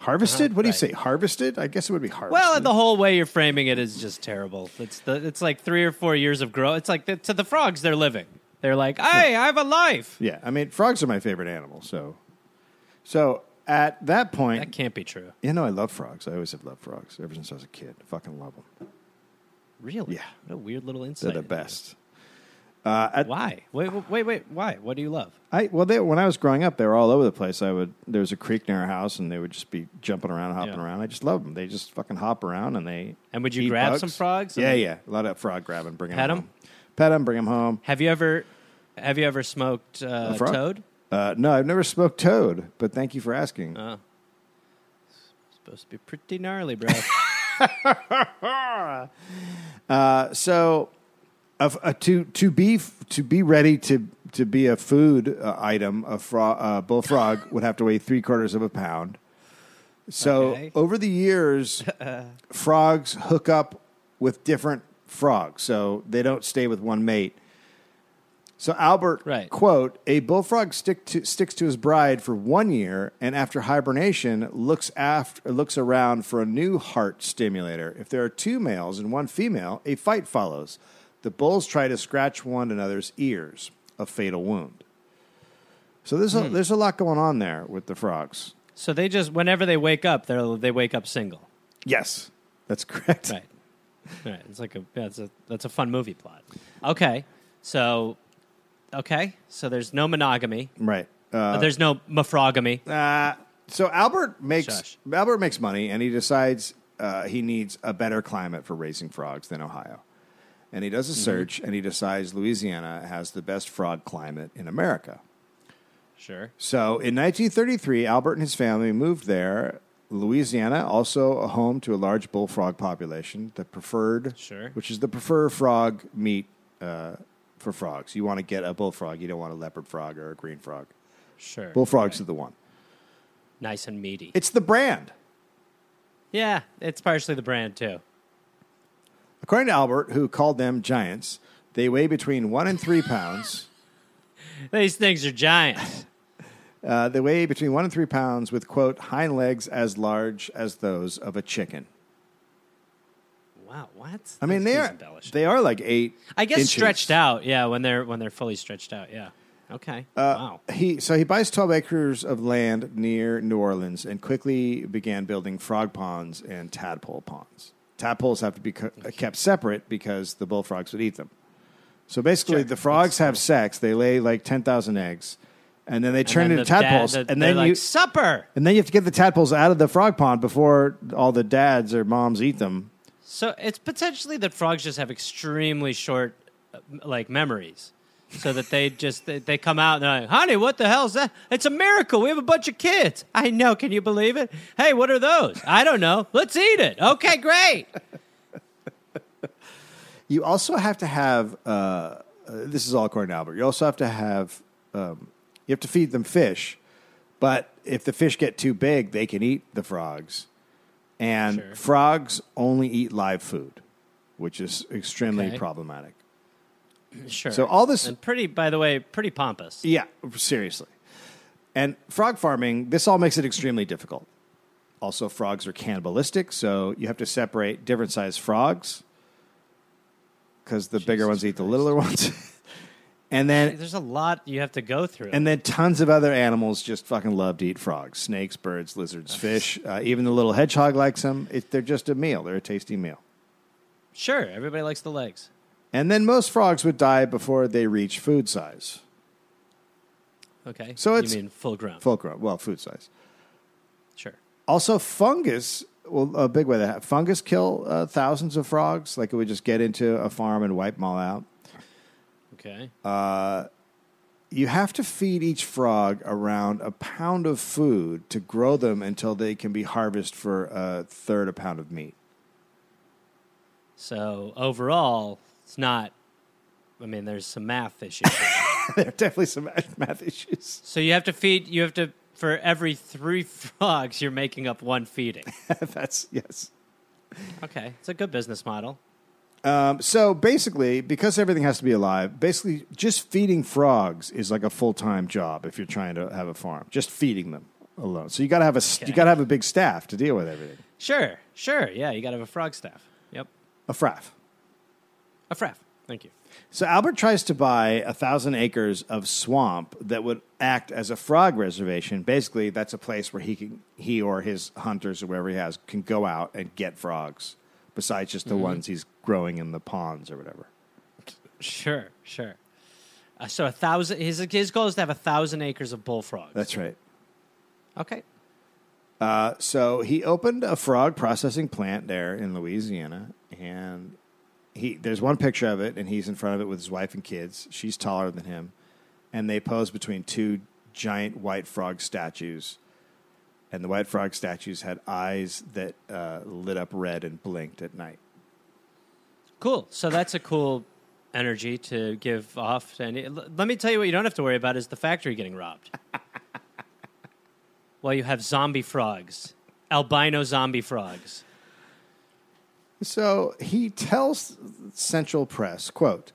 S1: Harvested? what do you
S2: right.
S1: say? Harvested? I guess it would be harvested.
S2: Well, the whole way you're framing it is just terrible. It's the, it's like three or four years of growth. It's like the, to the frogs, they're living. They're like, hey, I have a life.
S1: yeah. I mean, frogs are my favorite animal. So, so at that point,
S2: That can't be true.
S1: You know, I love frogs. I always have loved frogs ever since I was a kid. fucking love them.
S2: Really?
S1: Yeah.
S2: What a weird little insight.
S1: They're the
S2: into
S1: best. Uh, at,
S2: this. Why? Wait, w- wait, wait. Why? What do you love?
S1: I, well, they, when I was growing up, they were all over the place. I would there was a creek near our house, and they would just be jumping around, hopping
S2: Yeah.
S1: around. I just love them. They just fucking hop around, and they
S2: And would you
S1: eat
S2: grab
S1: bugs.
S2: some frogs?
S1: Yeah,
S2: And-
S1: yeah, a lot of frog grabbing, bring 'em
S2: Pet 'em?
S1: home. pet them, bring them home.
S2: Have you ever, have you ever smoked uh,
S1: frog?
S2: toad? Oh.
S1: Uh, no, I've never smoked toad, but thank you for asking.
S2: supposed to be pretty gnarly, bro.
S1: so a f- a- to to be f- to be ready to to be a food uh, item, a fro- uh, bullfrog would have to weigh three quarters of a pound. So
S2: Okay.
S1: over the years, frogs hook up with different frogs, so they don't stay with one mate. So Albert,
S2: Right.
S1: quote, a bullfrog stick to, sticks to his bride for one year, and after hibernation, looks after looks around for a new heart stimulator. If there are two males and one female, a fight follows. The bulls try to scratch one another's ears, a fatal wound. So there's
S2: Hmm.
S1: a, there's a lot going on there with the frogs.
S2: so they just whenever they wake up, they are they wake up single.
S1: Yes, that's correct.
S2: Right. All right. It's like a that's a that's a fun movie plot. Okay. So okay. So there's no monogamy.
S1: Right. Uh,
S2: Uh, there's no mophrogamy.
S1: Uh, so Albert makes
S2: Shush.
S1: Albert makes money, and he decides uh, he needs a better climate for raising frogs than Ohio. And he does
S2: Mm-hmm.
S1: a search, and he decides Louisiana has the best frog climate in America.
S2: Sure.
S1: So in 1933, Albert and his family moved there. Louisiana, also a home to a large bullfrog population, the preferred,
S2: Sure.
S1: which is the preferred frog meat uh, for frogs. You want to get a bullfrog, you don't want a leopard frog or a green frog.
S2: Sure.
S1: Bullfrogs are the one.
S2: nice and meaty.
S1: It's the brand.
S2: yeah, it's partially the brand too.
S1: According to Albert, who called them giants, they weigh between one and three pounds.
S2: These things are giant.
S1: Uh, they weigh between one and three pounds with, quote, hind legs as large as those of a chicken.
S2: wow, what?
S1: I mean,
S2: This
S1: they
S2: is
S1: are,
S2: embellished.
S1: they are like eight.
S2: I guess
S1: inches.
S2: stretched out. Yeah, when they're when they're fully stretched out. Yeah. Okay.
S1: Uh,
S2: wow.
S1: He, so he buys 12 acres of land near New Orleans and quickly began building frog ponds and tadpole ponds. Tadpoles have to be co- kept separate because the bullfrogs would eat them. So basically,
S2: Sure.
S1: the frogs have sex. They lay like 10,000 eggs, and then they turn
S2: And then
S1: into
S2: the dad-
S1: tadpoles.
S2: the-
S1: and
S2: they're
S1: then
S2: like
S1: you,
S2: supper.
S1: And then you have to get the tadpoles out of the frog pond before all the dads or moms eat them.
S2: So it's potentially that frogs just have extremely short, uh, m- like memories, so that they just they, they come out and they're like, "Honey, what the hell's that? It's a miracle. We have a bunch of kids. I know. Can you believe it? Hey, what are those? I don't know. Let's eat it. Okay, great.
S1: You also have to have. Uh, uh, this is all according to Albert. You also have to have. Um, you have to feed them fish, but if the fish get too big, they can eat the frogs, and
S2: Sure.
S1: frogs only eat live food, which is extremely
S2: Okay.
S1: problematic.
S2: Sure.
S1: So all this-
S2: and pretty, by the way, pretty pompous.
S1: Yeah, seriously. And frog farming, this all makes it extremely difficult. Also, frogs are cannibalistic, so you have to separate different sized frogs because the bigger ones eat the littler ones. and then
S2: There's a lot you have to go through.
S1: and then tons of other animals just fucking love to eat frogs snakes, birds, lizards, fish. Uh, even the little hedgehog likes them. It, they're just a meal, they're a tasty meal.
S2: sure, everybody likes the legs.
S1: And then most frogs would die before they reach food size.
S2: Okay.
S1: So it's-
S2: you mean full grown?
S1: Full grown, well, food size.
S2: Sure.
S1: Also, fungus. Well, a big way that hap- fungus kill uh, thousands of frogs. Like it would just get into a farm and wipe them all out.
S2: Okay.
S1: You have to feed each frog around a pound of food to grow them until they can be harvested for a third a pound of meat.
S2: so overall, it's not. I mean, there's some math issues.
S1: there are definitely some math- math issues.
S2: So you have to feed. You have to for every three frogs, you're making up one feeding.
S1: That's yes.
S2: Okay, it's a good business model.
S1: Um, so basically, because everything has to be alive, basically just feeding frogs is like a full time job if you're trying to have a farm. Just feeding them alone. So you got to have a s you
S2: Okay.
S1: got to have a big staff to deal with everything.
S2: Sure, sure. Yeah, you got to have a frog staff. Yep,
S1: A fraff.
S2: a fraff. Thank you.
S1: So Albert tries to buy a thousand acres of swamp that would act as a frog reservation. Basically, that's a place where he can he or his hunters or whatever he has can go out and get frogs, besides just the ones he's growing in the ponds or whatever.
S2: Sure, sure. Uh, so a thousand. His his goal is to have a thousand acres of bullfrogs.
S1: That's right.
S2: okay.
S1: Uh, so he opened a frog processing plant there in Louisiana, and he there's one picture of it, and he's in front of it with his wife and kids. She's taller than him, and they pose between two giant white frog statues. and the white frog statues had eyes that uh, lit up red and blinked at night.
S2: Cool. So that's a cool energy to give off. To any... L- Let me tell you what you don't have to worry about is the factory getting robbed. well, you have zombie frogs, albino zombie frogs.
S1: So he tells Central Press, quote,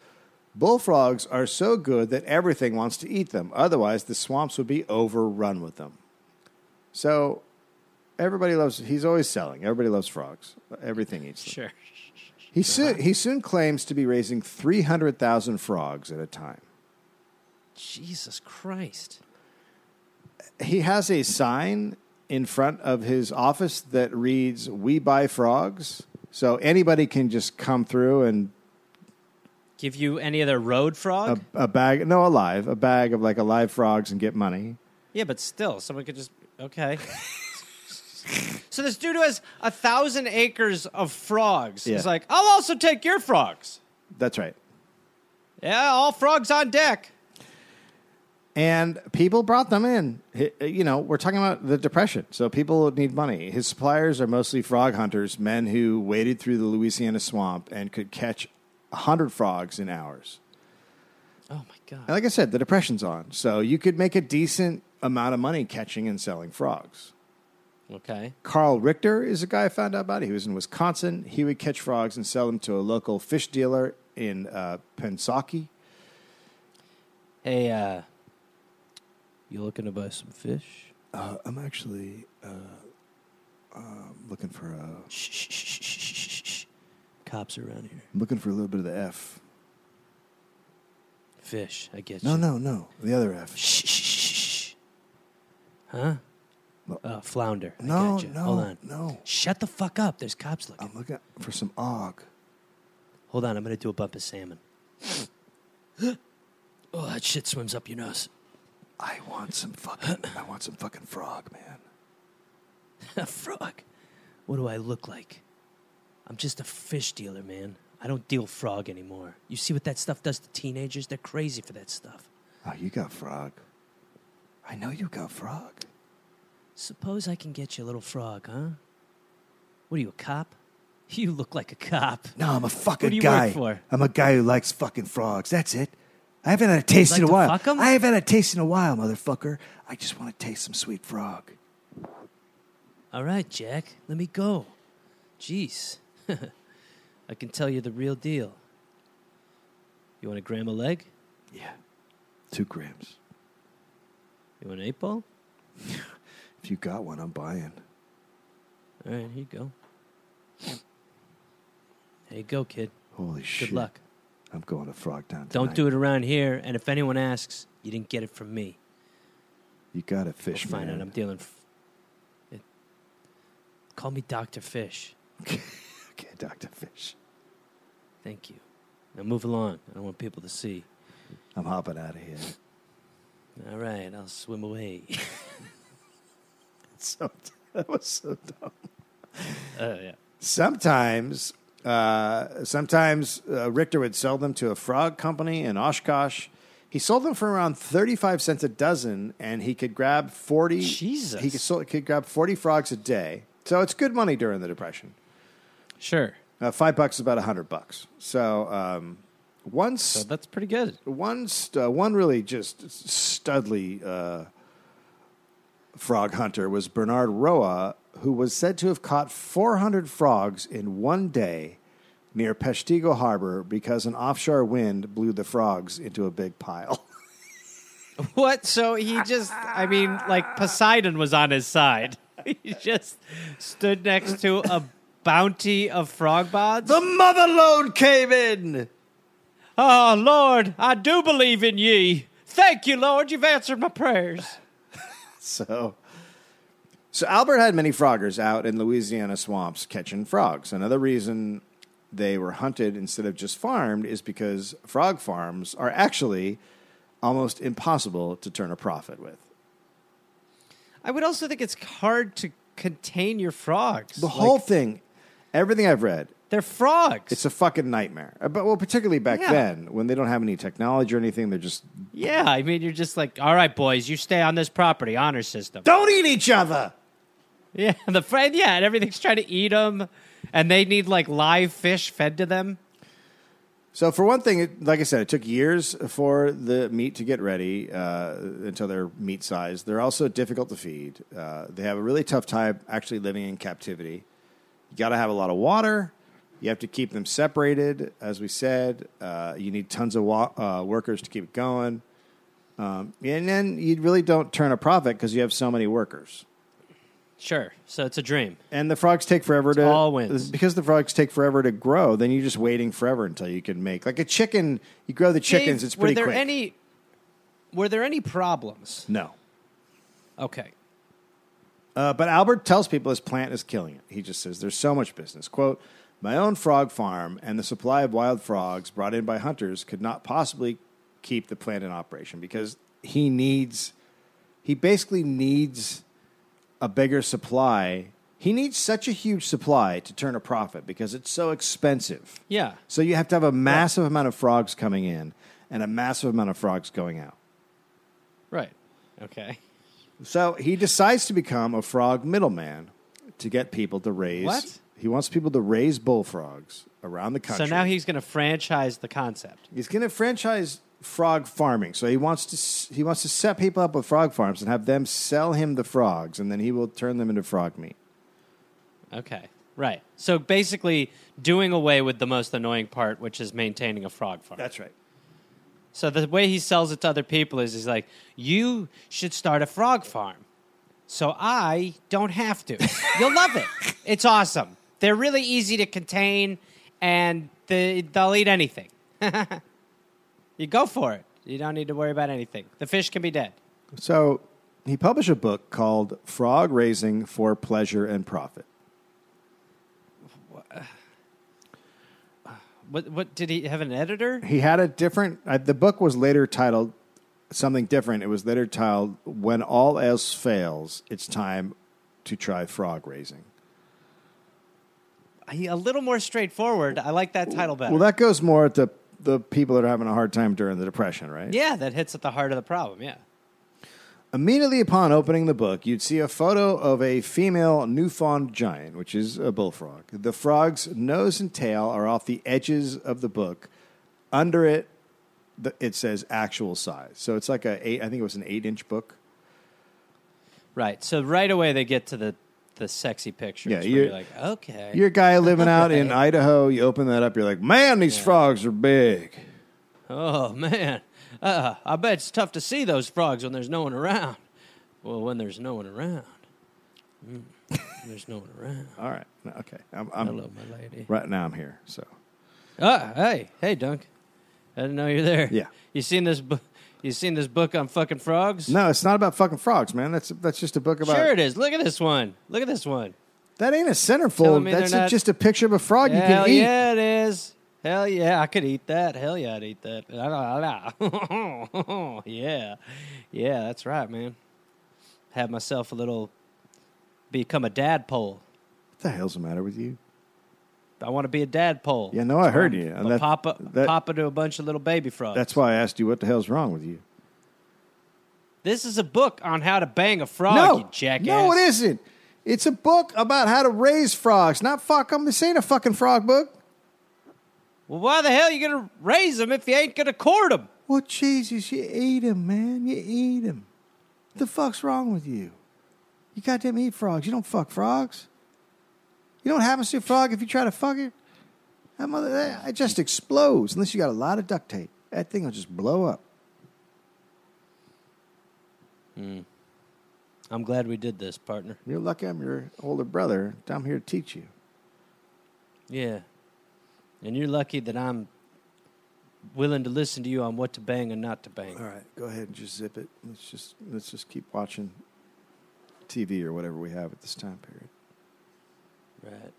S1: Bullfrogs are so good that everything wants to eat them. Otherwise, the swamps would be overrun with them. So everybody loves, he's always selling. Everybody loves frogs. Everything eats them.
S2: Sure.
S1: He, soon, he soon claims to be raising 300,000 frogs at a time.
S2: Jesus Christ.
S1: He has a sign in front of his office that reads, We buy frogs. So anybody can just come through and
S2: Give you any other road frog?
S1: a, a bag no alive a bag of like alive frogs and get money
S2: yeah, but still, someone could just. Okay. so this dude who has a thousand acres of frogs
S1: Yeah.
S2: is like, I'll also take your frogs.
S1: that's right
S2: Yeah, all frogs on deck.
S1: and people brought them in H- you know we're talking about the depression so people need money his suppliers are mostly frog hunters men who waded through the louisiana swamp and could catch 100 frogs in hours
S2: Oh my God.
S1: and like i said the depression's on so you could make a decent amount of money catching and selling frogs
S2: Okay.
S1: Carl Richter is a guy I found out about. He was in Wisconsin. He would catch frogs and sell them to a local fish dealer in uh, Pensauke.
S2: Hey, uh, you looking to buy some fish?
S1: I'm actually uh, uh, looking for a,
S2: Shh, shh, shh, shh, shh, shh. Cops around here.
S1: I'm looking for a little bit of the F.
S2: Fish, I get
S1: No,
S2: you.
S1: no, no, the other F.
S2: Shh, shh, shh, shh, shh. Huh? Uh, flounder. I
S1: No,
S2: gotcha.
S1: no,
S2: Hold on.
S1: no.
S2: Shut the fuck up. There's cops looking.
S1: I'm looking for some og.
S2: Oh, Hold on. I'm going to do a bump of salmon. oh, that shit swims up your nose.
S1: I want some fucking. I want some fucking frog, man.
S2: Ah, frog. What do I look like? I'm just a fish dealer, man. I don't deal frog anymore. You see what that stuff does to teenagers? They're crazy for that stuff.
S1: Oh, you got frog. I know you got frog.
S2: Suppose I can get you a little frog, huh? What are you, a cop? You look like a cop.
S1: No, I'm a fucking
S2: do you
S1: guy.
S2: work for?
S1: I'm a guy who likes fucking frogs. That's it. I haven't had a taste
S2: like
S1: in a
S2: to
S1: while.
S2: fuck 'em?
S1: I haven't had a taste in a while, motherfucker. I just want to taste some sweet frog.
S2: All right, Jack, let me go. Jeez. I can tell you the real deal. You want a gram a leg?
S1: Yeah, two grams.
S2: You want an eight ball?
S1: If you got one, I'm buying.
S2: All right, here you go. There you go, kid.
S1: Holy
S2: Good
S1: shit!
S2: luck.
S1: I'm going to Frog Town.
S2: Don't do it around here. And if anyone asks, you didn't get it from me.
S1: You got a fish,
S2: We'll find
S1: man.
S2: out. I'm dealing. F- it. Call me Doctor Fish.
S1: okay, Doctor Fish.
S2: Thank you. Now move along. I don't want people to see.
S1: I'm hopping out of here.
S2: All right, I'll swim away.
S1: so that was so dumb.
S2: Oh yeah.
S1: Sometimes, uh, sometimes uh, Richter would sell them to a frog company in Oshkosh. He sold them for around thirty-five cents a dozen, and he could grab forty.
S2: Jesus.
S1: he could, sol- could grab forty frogs a day. So it's good money during the depression.
S2: Sure.
S1: Uh, five bucks is about hundred bucks. So um, once
S2: So that's pretty good.
S1: one st- uh, one really just studly uh, frog hunter was Bernard Roa, who was said to have caught 400 frogs in one day near Peshtigo Harbor because an offshore wind blew the frogs into a big pile.
S2: What? So he just, I mean, like Poseidon was on his side. He just stood next to a bounty of frog bods.
S1: the mother load came in.
S2: Oh, Lord, I do believe in ye. Thank you, Lord, you've answered my prayers.
S1: So. So Albert had many froggers out in Louisiana swamps catching frogs. Another reason they were hunted instead of just farmed is because frog farms are actually almost impossible to turn a profit with.
S2: I would also think it's hard to contain your frogs.
S1: The whole thing, everything I've read,
S2: They're frogs.
S1: it's a fucking nightmare. Uh, But well, particularly back
S2: Yeah.
S1: then when they don't have any technology or anything, they're just
S2: yeah, I mean, you're just like, all right, boys, you stay on this property, honor system.
S1: don't eat each other.
S2: Yeah, the friend. Yeah, and everything's trying to eat them, and they need like live fish fed to them.
S1: So for one thing, it, like I said, it took years for the meat to get ready uh, until they're meat sized. They're also difficult to feed. Uh, they have a really tough time actually living in captivity. You got to have a lot of water. You have to keep them separated, as we said. Uh, you need tons of wa- uh, workers to keep it going, um, and then you really don't turn a profit because you have so many workers.
S2: Sure. So it's a dream.
S1: And the frogs take forever to
S2: all wins.
S1: because the frogs take forever to grow. Then you're just waiting forever until you can make like a chicken. You grow the chickens;
S2: Dave,
S1: it's pretty
S2: Were there
S1: quick.
S2: any? Were there any problems?
S1: no,
S2: Okay.
S1: uh, but Albert tells people his plant is killing it. He just says there's so much business. "Quote: My own frog farm and the supply of wild frogs brought in by hunters could not possibly keep the plant in operation because he needs. He basically needs a bigger supply. He needs such a huge supply to turn a profit because it's so expensive.
S2: Yeah.
S1: So you have to have a massive amount of frogs coming in and a massive amount of frogs going out.
S2: Right. Okay.
S1: So he decides to become a frog middleman to get people to raise.
S2: What?
S1: He wants people to raise bullfrogs around the country.
S2: So now he's going to franchise the concept.
S1: he's going to franchise frog farming. So he wants to s- he wants to set people up with frog farms and have them sell him the frogs, and then he will turn them into frog meat.
S2: Okay. Right. So basically, doing away with the most annoying part, which is maintaining a frog farm.
S1: right.
S2: So the way he sells it to other people is he's like, you should start a frog farm. So I don't have to. You'll love it. It's awesome. They're really easy to contain and they, they'll eat anything. you go for it. You don't need to worry about anything. The fish can be dead.
S1: So he published a book called Frog Raising for Pleasure and Profit.
S2: What, what did he have an editor?
S1: he had a different uh, the book was later titled something different it was later titled when all else fails it's time to try frog raising
S2: He, a little more straightforward. I like that title better.
S1: well that goes more at the the people that are having a hard time during the depression right
S2: yeah, that hits at the heart of the problem. Yeah.
S1: immediately upon opening the book you'd see a photo of a female newfound giant which is a bullfrog the frog's nose and tail are off the edges of the book under it the, it says actual size so it's like a eight i think it was an eight inch book
S2: Right. So right away they get to the, the sexy pictures.
S1: Yeah,
S2: where
S1: you're-
S2: you're like, okay.
S1: You're a guy living out in Idaho. You open that up, you're like, man, these frogs are big.
S2: Oh man, uh, I bet it's tough to see those frogs when there's no one around. Well, when there's no one around, Mm, there's no one around.
S1: All right, No, okay. I'm, I'm
S2: Hello, my lady.
S1: right now. I'm here. So
S2: Ah, hey, hey, Dunk. I didn't know you're there.
S1: Yeah.
S2: You seen this? Bu- you seen this book on fucking frogs?
S1: no, it's not about fucking frogs, man. That's that's just a book about.
S2: Sure, it is. Look at this one. Look at this one.
S1: That ain't a
S2: Telling
S1: centerfold.
S2: me
S1: That's
S2: they're
S1: a-
S2: not-
S1: just a picture of a frog you
S2: Hell
S1: can eat.
S2: yeah, it is. Hell yeah, I could eat that. Hell yeah, I'd eat that. yeah, yeah, that's right, man. Have myself a little, become a dad pole.
S1: What the hell's the matter with you?
S2: I want to be a dad pole.
S1: Yeah, no, I heard you. And
S2: But
S1: that-
S2: papa,
S1: that-
S2: papa to a bunch of little baby frogs.
S1: That's why I asked you what the hell's wrong with you.
S2: this is a book on how to bang a frog,
S1: no,
S2: you jackass.
S1: no, it isn't. It's a book about how to raise frogs, not fuck them. This ain't a fucking frog book.
S2: Well, why the hell are you gonna raise them if you ain't gonna court them?
S1: Well, Jesus, you eat 'em, man. You eat 'em. What the fuck's wrong with you? You goddamn eat frogs. You don't fuck frogs. You know what happens to a frog if you try to fuck it? That mother, that, it just explodes unless you got a lot of duct tape. That thing will just blow up.
S2: I'm glad we did this, partner.
S1: You're lucky I'm your older brother. I'm here to teach you.
S2: Yeah. And you're lucky that I'm willing to listen to you on what to bang and not to bang.
S1: All right, go ahead and just zip it. Let's just let's just keep watching TV or whatever we have at this time period.
S2: Right.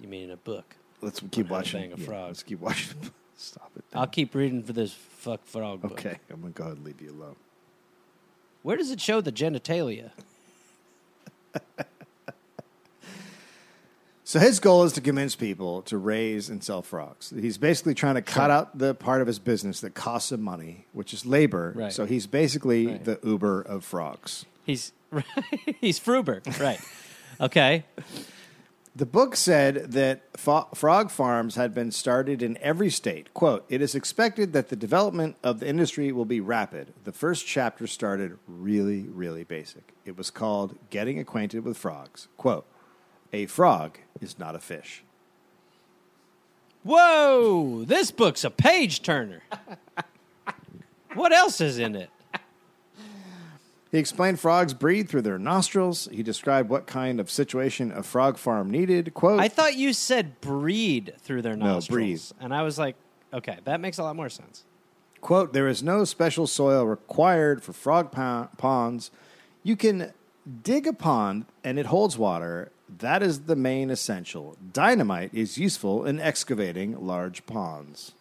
S2: You mean in a book?
S1: Let's keep
S2: how to
S1: watching.
S2: bang a
S1: yeah,
S2: frog.
S1: Let's keep watching. Stop it.
S2: I'll keep reading for this fuck frog book.
S1: Okay, I'm gonna go ahead and leave you alone.
S2: Where does it show the genitalia?
S1: So his goal is to convince people to raise and sell frogs. He's basically trying to cut out the part of his business that costs him money, which is labor.
S2: Right.
S1: So he's basically
S2: Right.
S1: the Uber of frogs.
S2: He's he's Fruber, right? Okay.
S1: The book said that fo- frog farms had been started in every state. Quote, it is expected that the development of the industry will be rapid. The first chapter started really, really basic. It was called Getting Acquainted with Frogs. Quote, a frog is not a fish.
S2: Whoa! This book's a page turner. what else is in it?
S1: He explained frogs breathe through their nostrils. He described what kind of situation a frog farm needed. Quote,
S2: I thought you said breed through their
S1: No,
S2: nostrils.
S1: breathe.
S2: And I was like, okay, that makes a lot more sense.
S1: Quote, there is no special soil required for frog pon- ponds. You can dig a pond and it holds water. That is the main essential. Dynamite is useful in excavating large ponds.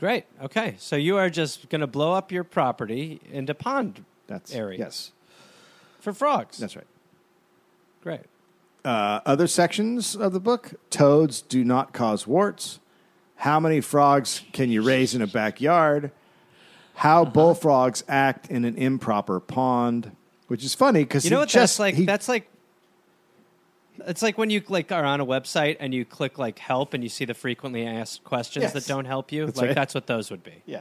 S2: Great. Okay. So you are just going to blow up your property into pond
S1: That's
S2: areas
S1: Yes,
S2: for frogs.
S1: that's right.
S2: Great.
S1: Uh, other sections of the book toads do not cause warts. How many frogs can you raise in a backyard?
S2: Uh-huh.
S1: How bullfrogs act in an improper pond, which is funny because
S2: You know what
S1: just,
S2: that's like?
S1: he-
S2: that's like it's like when you like are on a website and you click like help and you see the frequently asked questions
S1: Yes.
S2: that don't help you.
S1: That's
S2: like
S1: right.
S2: that's what those would be.
S1: Yeah.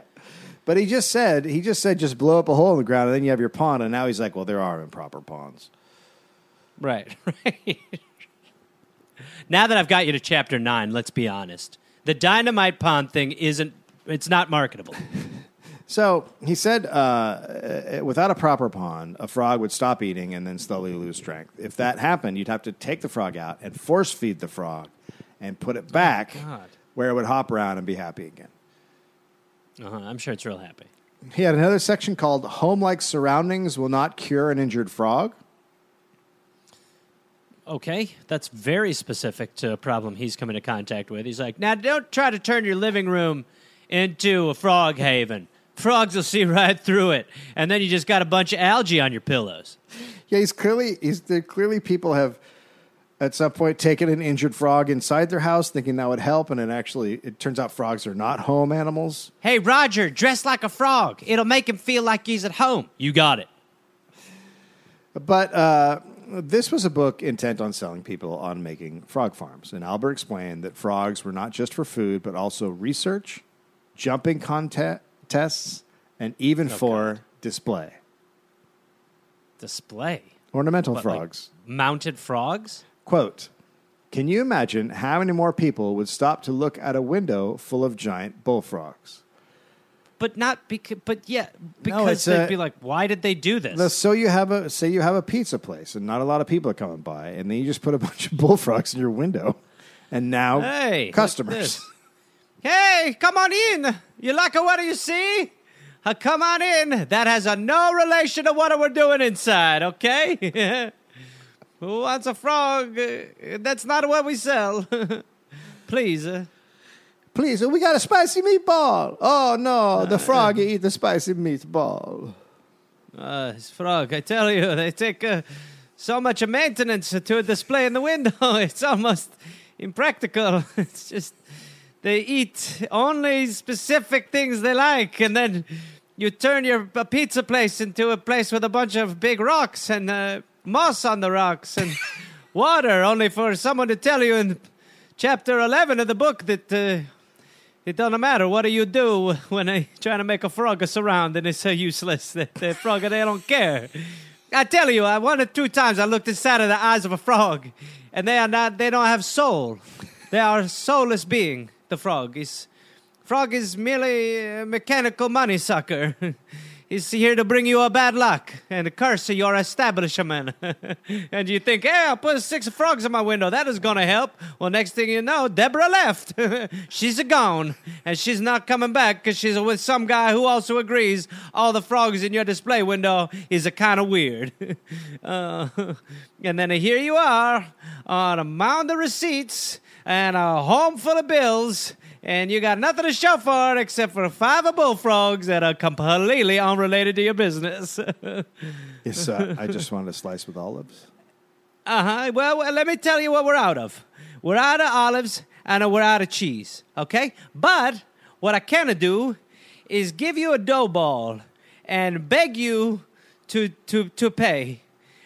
S1: But he just said he just said just blow up a hole in the ground and then you have your pond and now he's like, Well, there are improper ponds.
S2: Right. Right. now that I've got you to chapter 9, let's be honest. The dynamite pond thing isn't it's not marketable.
S1: So he said, uh, uh, without a proper pond, a frog would stop eating and then slowly lose strength. If that happened, you'd have to take the frog out and force feed the frog and put it back
S2: God.
S1: where it would hop around and be happy again.
S2: Uh-huh, I'm sure it's real happy.
S1: He had another section called Home Like Surroundings Will Not Cure an Injured Frog.
S2: Okay, that's very specific to a problem he's coming into contact with. He's like, now don't try to turn your living room into a frog haven. Frogs will see right through it, and then you just got a bunch of algae on your pillows.
S1: Yeah, he's clearly he's there clearly people have at some point taken an injured frog inside their house thinking that would help and it actually it turns out frogs are not home animals.
S2: Hey, Roger, dress like a frog. It'll make him feel like he's at home. You got it.
S1: But uh, this was a book intent on selling people on making frog farms. And Albert explained that frogs were not just for food, but also research, jumping contests, and even
S2: Oh,
S1: for display.
S2: Display.
S1: Ornamental
S2: What, like,
S1: frogs.
S2: mounted frogs?
S1: Quote Can you imagine how many more people would stop to look at a window full of giant bullfrogs?
S2: But not because, but yeah,
S1: it's
S2: because
S1: a-
S2: they'd be like, why did they do this?
S1: Let's- So you have a say you have a pizza place and not a lot of people are coming by, and then you just put a bunch of bullfrogs in your window, and now
S2: Hey, look
S1: customers.
S2: this. Hey, come on in. You like a what do you see? Uh, come on in. That has a no relation to what we're doing inside, okay? Who wants a frog? Uh, That's not what we sell. Please. uh,
S1: Please, we got a spicy meatball. Oh no, the frog eat the spicy meatball.
S2: Uh, it's frog, I tell you, they take uh, so much maintenance to a display in the window. It's almost impractical. It's just they eat only specific things they like, and then you turn your p- pizza place into a place with a bunch of big rocks and uh, moss on the rocks and water, only for someone to tell you in chapter 11 of the book that. Uh, it doesn't matter. What do you do when they trying to make a frog a surround and it's so useless that the frog they don't care? I tell you, I one or two times I looked inside of the eyes of a frog, and they are not. They don't have soul. They are a soulless being. The frog is. Frog is merely a mechanical money sucker. He's here to bring you a bad luck and curse your establishment. and you think, hey, I'll put six frogs in my window. That is going to help. Well, next thing you know, Deborah left. she's a gone. And she's not coming back because she's with some guy who also agrees all the frogs in your display window is a kind of weird. uh, and then here you are on a mound of receipts and a home full of bills and you got nothing to show for it except for five of bullfrogs that are completely unrelated to your business. uh
S1: Yes, uh, I just wanted a slice with olives.
S2: huh. Uh-huh. Well, well, let me tell you what we're out of. We're out of olives and we're out of cheese. Okay. But what I can do is give you a dough ball and beg you to to to pay.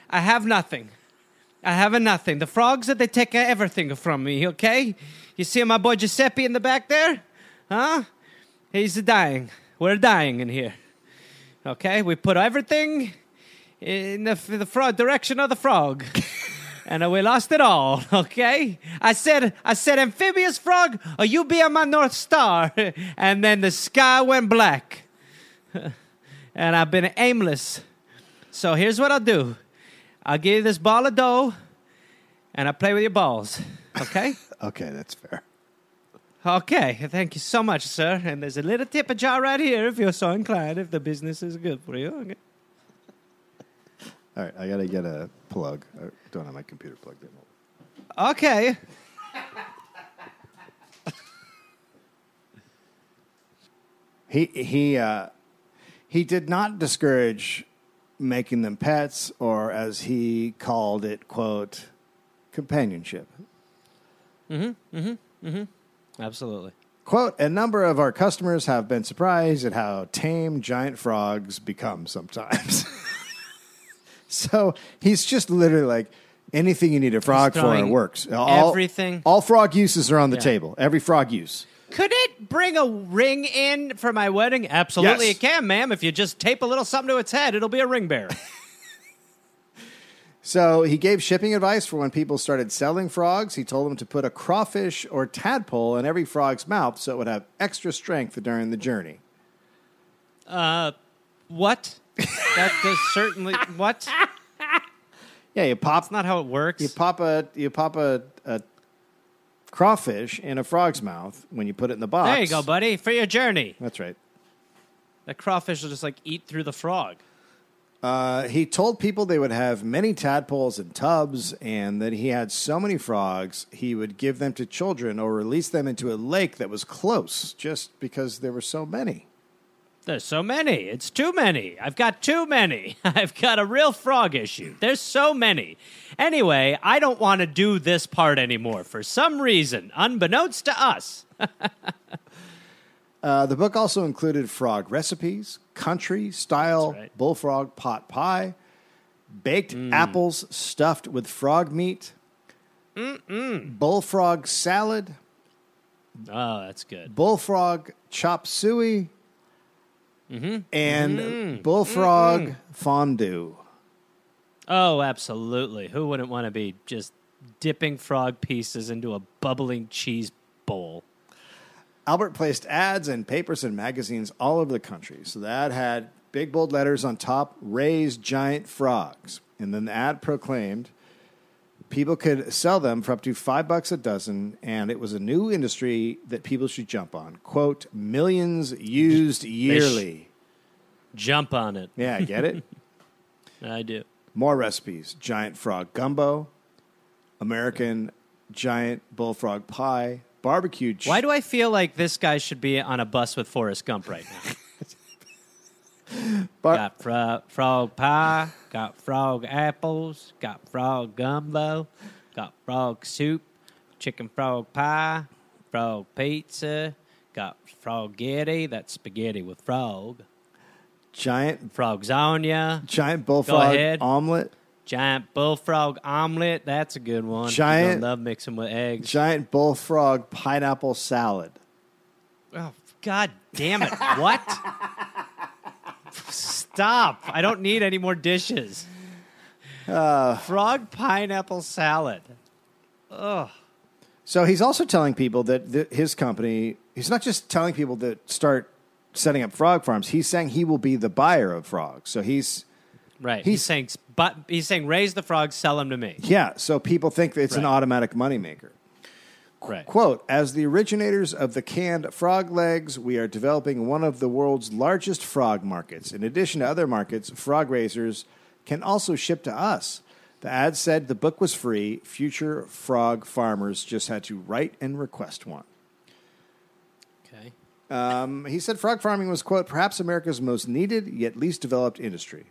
S2: I have nothing. I have a nothing. The frogs, they take uh, everything from me, okay? You see my boy Giuseppe in the back there? Huh? He's dying. We're dying in here. Okay? We put everything in the, f- the frog direction of the frog. and uh, we lost it all, okay? I said, I said, amphibious frog, or you be on my North Star. and then the sky went black. and I've been aimless. So here's what I'll do. I'll give you this ball of dough, and I play with your balls. Okay?
S1: Okay, that's fair.
S2: okay. Thank you so much, sir. And there's a little tip of jar right here if you're so inclined, if the business is good for you. Okay.
S1: All right, I gotta get a plug. I don't have my computer plugged in.
S2: Okay.
S1: He he uh, he did not discourage making them pets, or as he called it, quote, companionship.
S2: Absolutely.
S1: Quote, a number of our customers have been surprised at how tame giant frogs become sometimes. so he's just literally like, anything you need a frog for, it
S2: throwing
S1: works. All,
S2: everything.
S1: All frog uses are on the
S2: Yeah.
S1: table. Every frog use.
S2: Could it bring a ring in for my wedding? Absolutely,
S1: Yes.
S2: it can, ma'am. If you just tape a little something to its head, it'll be a ring bearer.
S1: So he gave shipping advice for when people started selling frogs. He told them to put a crawfish or tadpole in every frog's mouth so it would have extra strength during the journey.
S2: what? That does certainly. What?
S1: Yeah, you pop
S2: That's not how it works.
S1: you pop a you pop a, a crawfish in a frog's mouth when you put it in the box.
S2: there you go, buddy, for your journey.
S1: That's right.
S2: The crawfish will just like eat through the frog.
S1: Uh, he told people they would have many tadpoles in tubs, and that he had so many frogs he would give them to children or release them into a lake that was close, just because there were so many.
S2: There's so many. It's too many. I've got too many. I've got a real frog issue. There's so many. Anyway, I don't want to do this part anymore for some reason, unbeknownst to us.
S1: Uh, the book also included frog recipes, country style
S2: That's right. Mm.
S1: bullfrog pot pie, baked apples stuffed with frog meat, bullfrog salad,
S2: Oh, that's good.
S1: bullfrog chop suey, and bullfrog fondue.
S2: Oh, absolutely. Who wouldn't want to be just dipping frog pieces into a bubbling cheese bowl?
S1: Albert placed ads in papers and magazines all over the country. So that had big bold letters on top, raise giant frogs. And then the ad proclaimed people could sell them for up to five bucks a dozen, and it was a new industry that people should jump on. Quote, millions used yearly.
S2: Jump on it.
S1: Yeah, get it?
S2: I do.
S1: More recipes giant frog gumbo, American giant bullfrog pie, barbecue. ch-
S2: Why do I feel like this guy should be on a bus with Forrest Gump right now?
S1: bar-
S2: Got fro- frog pie, got frog apples, got frog gumbo, got frog soup, chicken frog pie, frog pizza, got froggetti, that's spaghetti with frog,
S1: giant,
S2: frogzonia,
S1: giant bullfrog
S2: ahead.
S1: omelet.
S2: giant bullfrog omelet, that's a good one. You're gonna
S1: Giant-
S2: love mixing with eggs.
S1: giant bullfrog pineapple salad.
S2: Oh, God damn it. What? Stop. I don't need any more dishes.
S1: Uh,
S2: Frog pineapple salad.
S1: So he's also telling people that th- his company, he's not just telling people to start setting up frog farms. He's saying he will be the buyer of frogs. So he's He's-
S2: Right. He's, saying, but he's saying, raise the frog, sell them to me.
S1: yeah, so people think that it's an
S2: Right.
S1: automatic moneymaker.
S2: Right.
S1: Quote, as the originators of the canned frog legs, we are developing one of the world's largest frog markets. In addition to other markets, frog raisers can also ship to us. The ad said the book was free. Future frog farmers just had to write and request one. Um,
S2: Okay.
S1: He said frog farming was, quote, perhaps America's most needed yet least developed industry.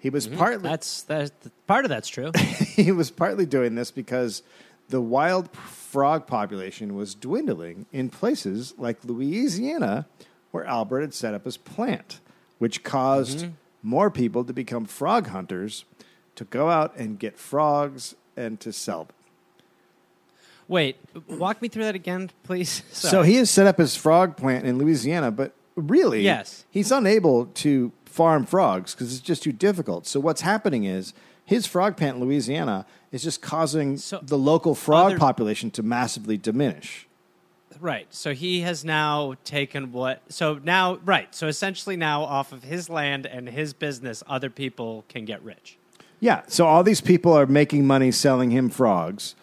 S1: He was partly
S2: That's, that's part of that's true.
S1: he was partly doing this because the wild frog population was dwindling in places like Louisiana, where Albert had set up his plant, which caused more people to become frog hunters to go out and get frogs and to sell them.
S2: Wait, walk me through that again, please.
S1: So he has set up his frog plant in Louisiana, but really,
S2: Yes.
S1: he's unable to farm frogs because it's just too difficult. So what's happening is his frog plant in Louisiana is just causing
S2: So
S1: the local frog
S2: other-
S1: population to massively diminish.
S2: Right. So he has now taken what? So now, right. So essentially, now off of his land and his business, other people can get rich.
S1: Yeah, so all these people are making money selling him frogs,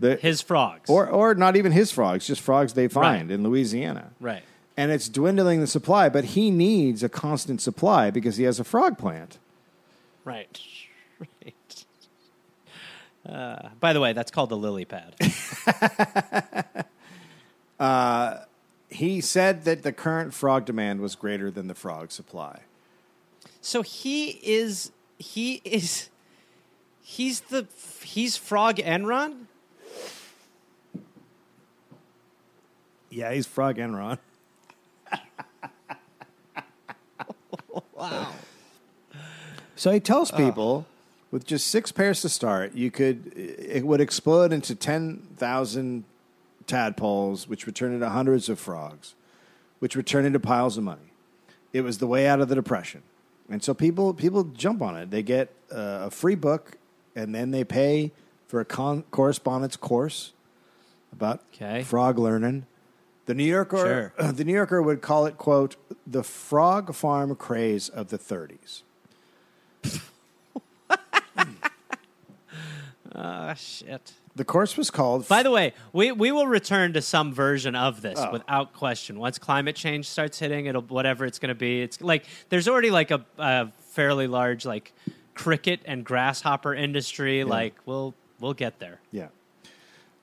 S1: the,
S2: His frogs.
S1: or or not even his frogs, just frogs they find in Louisiana.
S2: right.
S1: and it's dwindling the supply, but he needs a constant supply because he has a frog plant.
S2: Right. Right. Uh, by the way, that's called the lily pad.
S1: He said that the current frog demand was greater than the frog supply.
S2: so he is. He is. He's the. He's Frog Enron.
S1: Yeah, he's frog Enron.
S2: Wow.
S1: So he tells people with just six pairs to start, you could it would explode into 10,000 tadpoles, which would turn into hundreds of frogs, which would turn into piles of money. It was the way out of the depression. And so people people jump on it. They get uh, a free book and then they pay for a con- correspondence course about
S2: Okay.
S1: frog learning. The New Yorker
S2: Sure.
S1: the New Yorker would call it quote the frog farm craze of the 30s.
S2: Ah, shit.
S1: The course was called
S2: By the way, we, we will return to some version of this
S1: Oh.
S2: without question. Once climate change starts hitting, it'll whatever it's going to be. It's like there's already like a, a fairly large like cricket and grasshopper industry. Like we'll we'll get there.
S1: Yeah.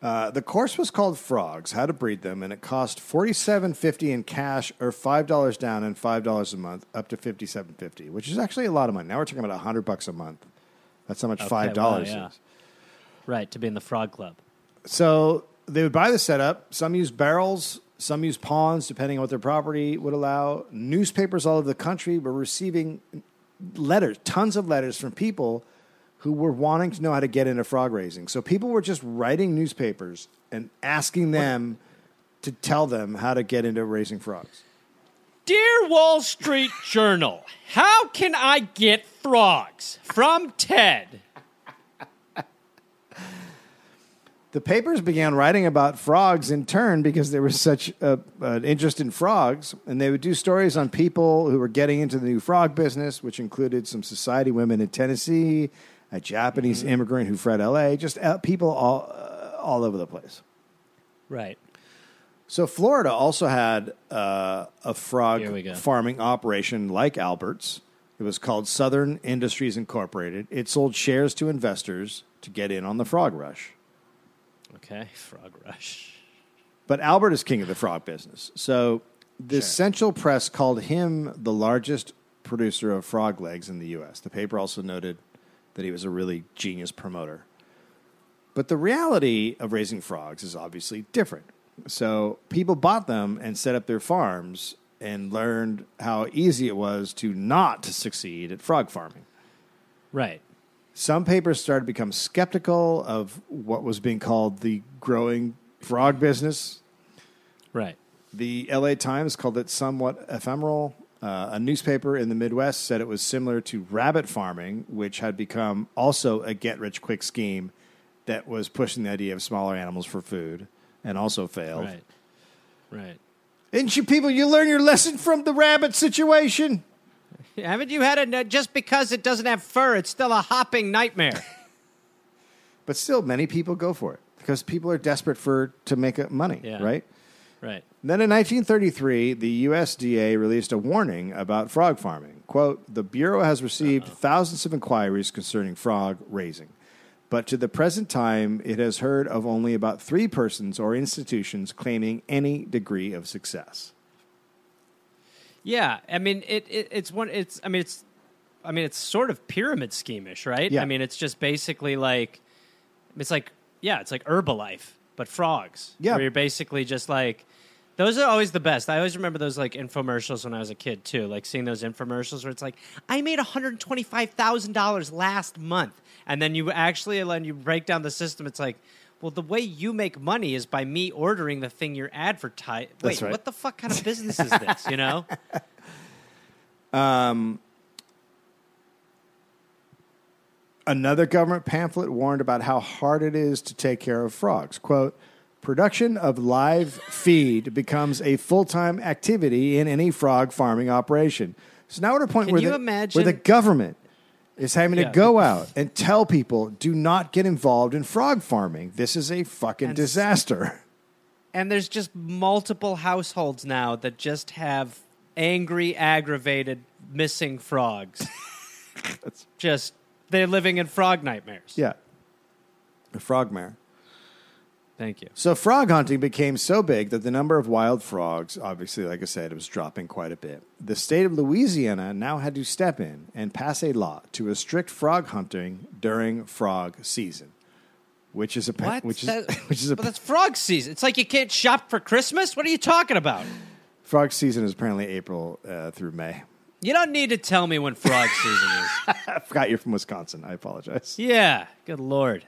S1: Uh, the course was called Frogs: How to Breed Them, and it cost forty-seven fifty in cash, or five dollars down and five dollars a month, up to fifty-seven fifty, which is actually a lot of money. Now we're talking about hundred bucks a month. That's how much five dollars
S2: wow, yeah.
S1: is.
S2: Right to be in the frog club.
S1: So they would buy the setup. Some use barrels, some use pawns, depending on what their property would allow. Newspapers all over the country were receiving letters, tons of letters from people who were wanting to know how to get into frog raising. So people were just writing newspapers and asking them to tell them how to get into raising frogs.
S2: Dear Wall Street Journal, how can I get frogs from Ted?
S1: the papers began writing about frogs in turn because there was such a, an interest in frogs, and they would do stories on people who were getting into the new frog business, which included some society women in Tennessee, a Japanese
S2: Mm-hmm.
S1: immigrant who fled L.A., just uh, people all uh, all over the place.
S2: Right.
S1: So Florida also had uh, a frog
S2: Here we go.
S1: farming operation like Albert's. It was called Southern Industries Incorporated. It sold shares to investors to get in on the frog rush.
S2: Okay. Frog rush.
S1: But Albert is king of the frog business. So the Central Press called him the largest producer of frog legs in the U.S. The paper also noted that he was a really genius promoter. But the reality of raising frogs is obviously different. So people bought them and set up their farms and learned how easy it was to not succeed at frog farming
S2: Right.
S1: some papers started to become skeptical of what was being called the growing frog business.
S2: Right.
S1: The LA Times called it somewhat ephemeral. Uh, a newspaper in the Midwest said it was similar to rabbit farming, which had become also a get rich quick scheme that was pushing the idea of smaller animals for food and also failed.
S2: Right. Right.
S1: Didn't you people, you learn your lesson from the rabbit situation?
S2: Haven't you had a just because it doesn't have fur, it's still a hopping nightmare?
S1: But still, many people go for it because people are desperate for to make uh, money,
S2: Yeah.
S1: right?
S2: right.
S1: Then in 1933, the USDA released a warning about frog farming. Quote, the Bureau has received thousands of inquiries concerning frog raising, but to the present time, it has heard of only about three persons or institutions claiming any degree of success.
S2: Yeah, I mean it, it. It's one. It's. I mean it's. I mean it's sort of pyramid schemish, right?
S1: Yeah.
S2: I mean it's just basically like, it's like yeah, it's like Herbalife but frogs.
S1: Yeah.
S2: where you're basically just like, Those are always the best. I always remember those like infomercials when I was a kid too. Like seeing those infomercials where it's like, I made one hundred twenty five thousand dollars last month, and then you actually when you break down the system, it's like, well, the way you make money is by me ordering the thing you're advertising. Wait,
S1: right.
S2: what the fuck kind of business is this? You know?
S1: Another government pamphlet warned about how hard it is to take care of frogs. Quote, production of live feed becomes a full-time activity in any frog farming operation. So now we're at a point
S2: Can
S1: where
S2: you
S1: the,
S2: imagine-
S1: where the government is having
S2: Yeah.
S1: to go out and tell people, do not get involved in frog farming. This is a fucking
S2: And s-
S1: disaster.
S2: and there's just multiple households now that just have angry, aggravated, missing frogs. just they're living in frog nightmares.
S1: Yeah. A frogmare.
S2: Thank you.
S1: So frog hunting became so big that the number of wild frogs, obviously, like I said, was dropping quite a bit. The state of Louisiana now had to step in and pass a law to restrict frog hunting during frog season, which is a pa-
S2: What?
S1: which is
S2: That-
S1: which is a
S2: But that's frog season. It's like you can't shop for Christmas. What are you talking about?
S1: frog season is apparently April uh, through May.
S2: You don't need to tell me when frog season is.
S1: I forgot you're from Wisconsin. I apologize.
S2: Yeah. Good lord.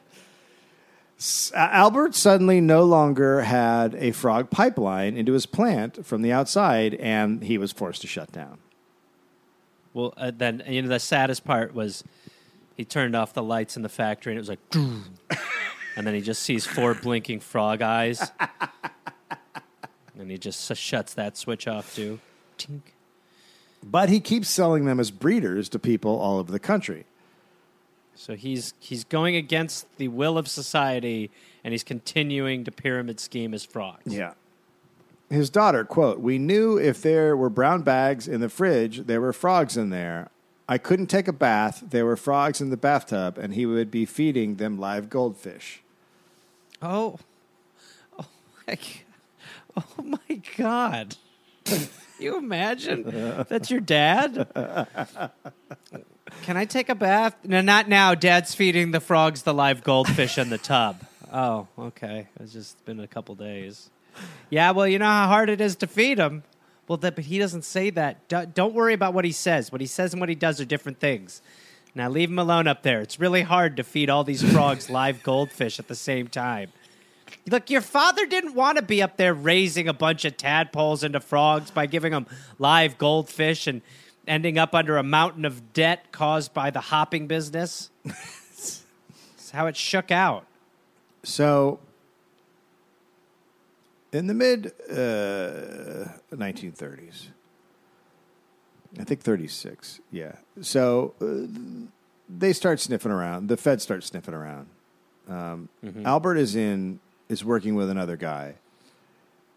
S1: Uh, Albert suddenly no longer had a frog pipeline into his plant from the outside, and he was forced to shut down.
S2: Well, uh, then you know the saddest part was he turned off the lights in the factory, and it was like, "Doo." and then he just sees four blinking frog eyes, and he just s- shuts that switch off too. Tink.
S1: but he keeps selling them as breeders to people all over the country.
S2: So he's he's going against the will of society, and he's continuing to pyramid scheme his frogs.
S1: Yeah. His daughter, quote, We knew if there were brown bags in the fridge, there were frogs in there. I couldn't take a bath. There were frogs in the bathtub, and he would be feeding them live goldfish.
S2: Oh, oh my, g- oh my God! you imagine that's your dad? Can I take a bath? No, not now. Dad's feeding the frogs the live goldfish in the tub. Oh, okay. It's just been a couple days. Yeah, well, you know how hard it is to feed him. Well, that, but he doesn't say that. Do- don't worry about what he says. What he says and what he does are different things. Now leave him alone up there. It's really hard to feed all these frogs live goldfish at the same time. Look, your father didn't want to be up there raising a bunch of tadpoles into frogs by giving them live goldfish and ending up under a mountain of debt caused by the hopping business. That's how it shook out.
S1: So, in the mid uh, 1930s, I think 36, yeah. So uh, they start sniffing around. The Fed starts sniffing around. Um, Albert is in is working with another guy,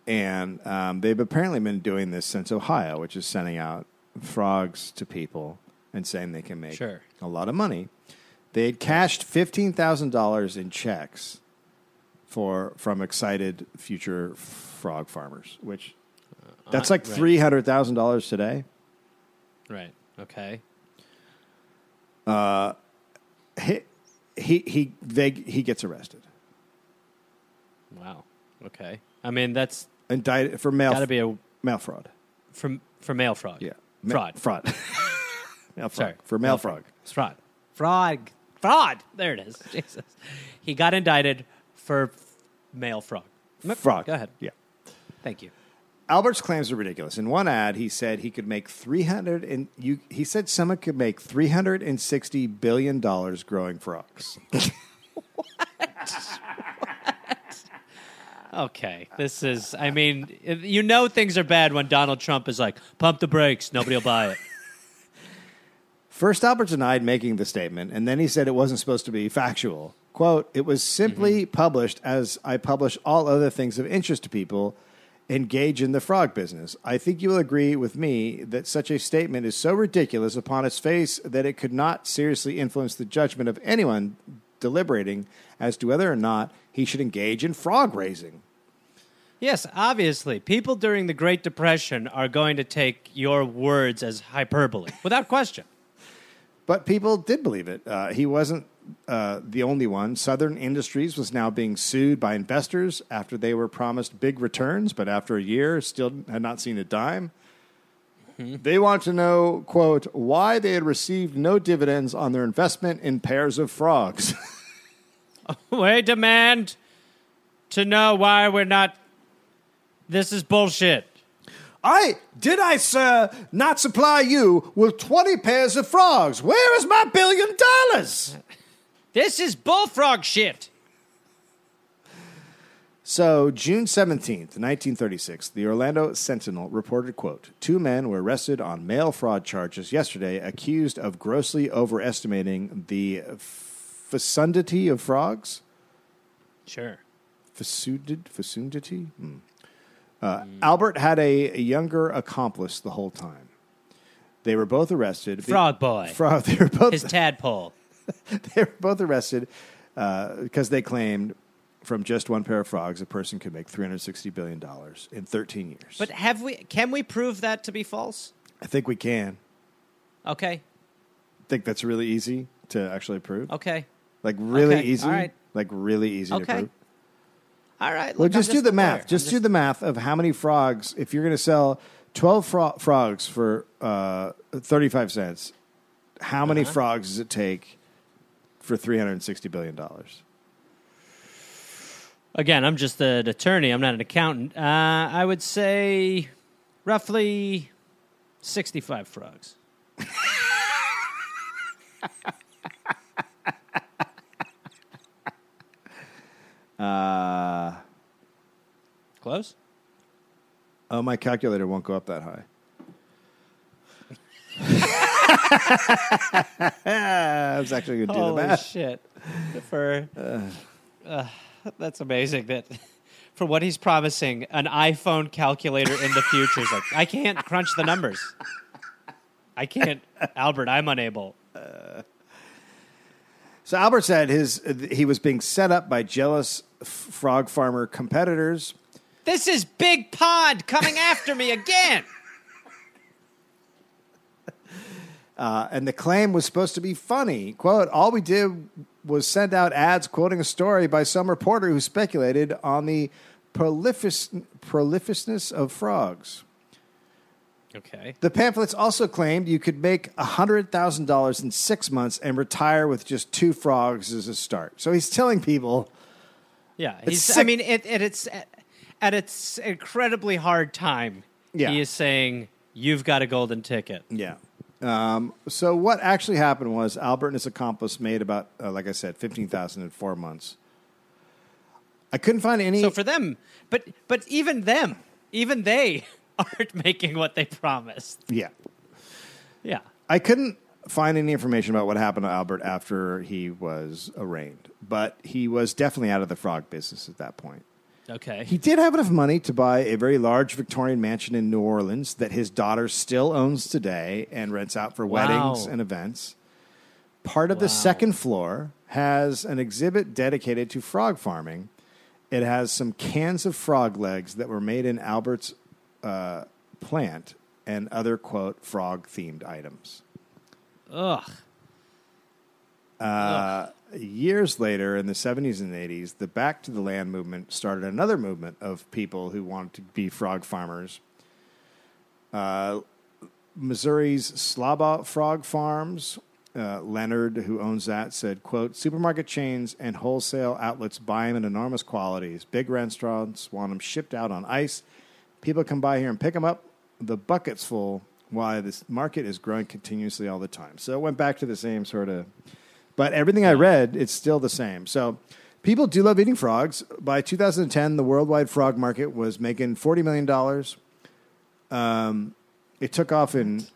S1: and um, they've apparently been doing this since Ohio, which is sending out frogs to people and saying they can make
S2: Sure.
S1: a lot of money. They had cashed fifteen thousand dollars in checks for from excited future f- frog farmers, which that's like
S2: Uh, right.
S1: three hundred thousand dollars today.
S2: Right. Okay.
S1: He he he they, he gets arrested,
S2: Wow. Okay. I mean, that's
S1: indicted for mail
S2: got to be a
S1: mail fraud.
S2: from for male frog.
S1: Yeah, Ma-
S2: Fraud.
S1: fraud, mail fraud
S2: Sorry.
S1: for mail frog.
S2: It's fraud. Fraud. Fraud. There it is. Jesus. He got indicted for f- male fraud. M-
S1: Frog.
S2: Go ahead.
S1: Yeah.
S2: Thank you.
S1: Albert's claims are ridiculous. In one ad, he said he could make 300 and you he said someone could make 360 billion dollars growing frogs.
S2: Okay. This is, I mean, if- you know things are bad when Donald Trump is like, pump the brakes. Nobody will buy it.
S1: First, Albert denied making the statement, and then he said it wasn't supposed to be factual. Quote, it was simply published as I publish all other things of interest to people, engage in the frog business. I think you will agree with me that such a statement is so ridiculous upon its face that it could not seriously influence the judgment of anyone deliberating as to whether or not he should engage in frog raising.
S2: Yes, obviously. People during the Great Depression are going to take your words as hyperbole, without question.
S1: But people did believe it. Uh, he wasn't uh, the only one, Southern Industries was now being sued by investors after they were promised big returns, but after a year, still had not seen a dime. They want to know, quote, why they had received no dividends on their investment in pairs of frogs.
S2: We demand to know why we're not. This is bullshit.
S1: I did I, sir, not supply you with 20 pairs of frogs? Where is my billion dollars?
S2: This is bullfrog shit.
S1: So, June 17th, 1936, the Orlando Sentinel reported, quote, two men were arrested on mail fraud charges yesterday accused of grossly overestimating the fecundity of frogs.
S2: Sure.
S1: Fecundid, fecundity? Hmm. Uh,
S2: Hmm.
S1: Albert had a younger accomplice the whole time. They were both arrested. be-
S2: Frog boy.
S1: Frog, they were both
S2: His tadpole.
S1: they were both arrested uh, because they claimed from just one pair of frogs, a person could make $360 billion in 13 years.
S2: But have we? Can we prove that to be false?
S1: I think we can.
S2: Okay.
S1: I think that's really easy to actually prove.
S2: Okay.
S1: Like, really
S2: Oh, Okay,
S1: easy.
S2: all right.
S1: Like, really easy to
S2: Okay.
S1: prove.
S2: All right.
S1: Well,
S2: look, I'm
S1: just, do the
S2: aware.
S1: math.
S2: I'm
S1: Just, do the math of how many frogs, if you're going to sell 12 fro- frogs for uh, 35 cents, how many
S2: Uh-huh.
S1: frogs does it take for $360 billion?
S2: Again, I'm just an attorney. I'm not an accountant. Uh, I would say roughly 65 frogs.
S1: Uh,
S2: Close?
S1: oh, my calculator won't go up that high. I was actually going to do the
S2: Holy
S1: math.
S2: shit. For, uh, that's amazing that for what he's promising, an iPhone calculator in the future is like, I can't crunch the numbers. I can't, Albert, I'm unable.
S1: So Albert said his he was being set up by jealous f- frog farmer competitors.
S2: This is Big Pond coming after me again.
S1: Uh, and the claim was supposed to be funny. Quote, all we did was send out ads quoting a story by some reporter who speculated on the prolifis- prolificness of frogs.
S2: Okay.
S1: The pamphlets also claimed you could make $100,000 in six months and retire with just two frogs as a start. So he's telling people,
S2: Yeah, he's, I
S1: sick.
S2: mean, it, it, it's at, at its incredibly hard time.
S1: Yeah.
S2: he is saying you've got a golden ticket.
S1: Yeah. Um, so what actually happened was Albert and his accomplice made about, uh, like I said, fifteen thousand in four months. I couldn't find any.
S2: So for them, but but even them, even they aren't making what they promised.
S1: yeah,
S2: Yeah,
S1: I couldn't find any information about what happened to Albert after he was arraigned, but he was definitely out of the frog business at that point.
S2: okay.
S1: He did have enough money to buy a very large Victorian mansion in New Orleans that his daughter still owns today and rents out for weddings
S2: Wow.
S1: and events. Part of the second floor has an exhibit dedicated to frog farming. It has some cans of frog legs that were made in Albert's uh, plant and other, quote, frog themed items.
S2: Ugh.
S1: years later in the 70s and 80s the back to the land movement started another movement of people who wanted to be frog farmers uh, missouri's slaba frog farms uh, leonard who owns that said quote supermarket chains and wholesale outlets buy them in enormous quantities. big restaurants want them shipped out on ice people come by here and pick them up the bucket's full why this market is growing continuously all the time so it went back to the same sort of but everything I read, it's still the same. So people do love eating frogs. By 2010, the worldwide frog market was making $40 million. Um, it took off in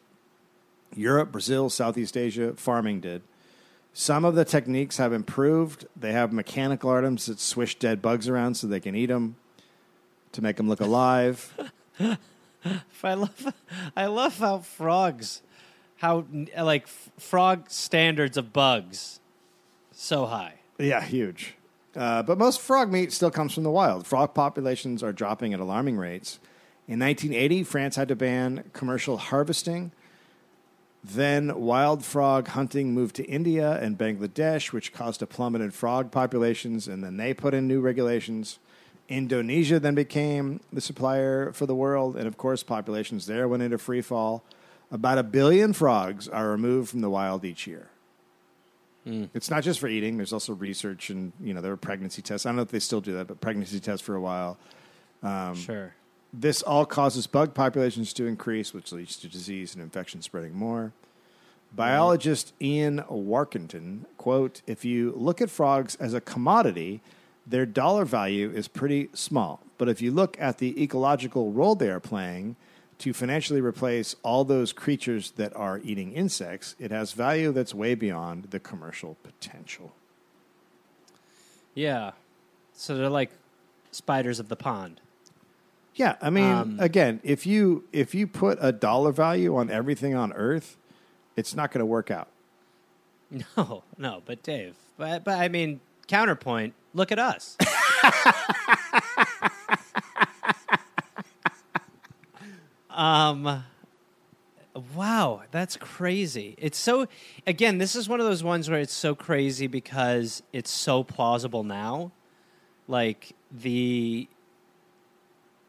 S1: Europe, Brazil, Southeast Asia. Farming did. Some of the techniques have improved. They have mechanical items that swish dead bugs around so they can eat them to make them look alive.
S2: I love, I love how frogs, how like f- frog standards of bugs, so high.
S1: Yeah, huge. Uh, but most frog meat still comes from the wild. Frog populations are dropping at alarming rates. In 1980, France had to ban commercial harvesting. Then wild frog hunting moved to India and Bangladesh, which caused a plummet in frog populations, and then they put in new regulations. Indonesia then became the supplier for the world, and of course, populations there went into free fall. About a billion frogs are removed from the wild each year. It's not just for eating. There's also research, and you know there were pregnancy tests. I don't know if they still do that, but pregnancy tests for a while.
S2: sure.
S1: This all causes bug populations to increase, which leads to disease and infection spreading more. Biologist Ian Warkentin, quote, if you look at frogs as a commodity, their dollar value is pretty small. But if you look at the ecological role they are playing to financially replace all those creatures that are eating insects, it has value that's way beyond the commercial potential.
S2: Yeah. So they're like spiders of the pond.
S1: Yeah, I mean,
S2: Um,
S1: again, if you if you put a dollar value on everything on Earth, it's not going to work out.
S2: No, no, but Dave, but, but I mean, counterpoint, look at us. um, wow, that's crazy. It's so, again, this is one of those ones where it's so crazy because it's so plausible now. Like the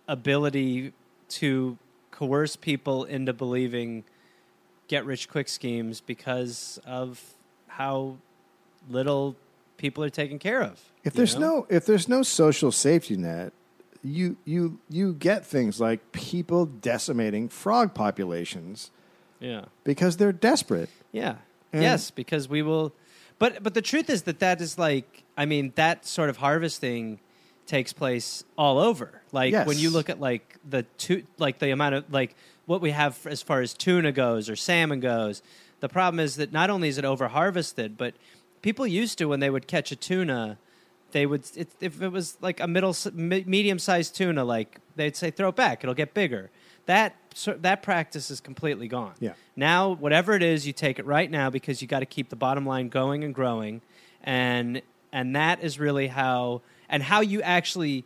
S2: ability to coerce people into believing get rich quick schemes because of how little people are taken care of.
S1: If
S2: you
S1: there's
S2: know?
S1: no if there's no social safety net, you you you get things like people decimating frog populations
S2: yeah,
S1: because they're desperate.
S2: yeah,
S1: And-
S2: yes, because we will. But but the truth is that that is like I mean that sort of harvesting takes place all over. Like when you
S1: Yes.
S2: look at like the tu- like the amount of like what we have f- as far as tuna goes or salmon goes. The problem is that not only is it over harvested, but people used to when they would catch a tuna, they would it, if it was like a middle medium sized tuna, like they'd say throw it back, it'll get bigger. That so, that practice is completely gone.
S1: Yeah.
S2: Now whatever it is, you take it right now because you got to keep the bottom line going and growing, and and that is really how and how you actually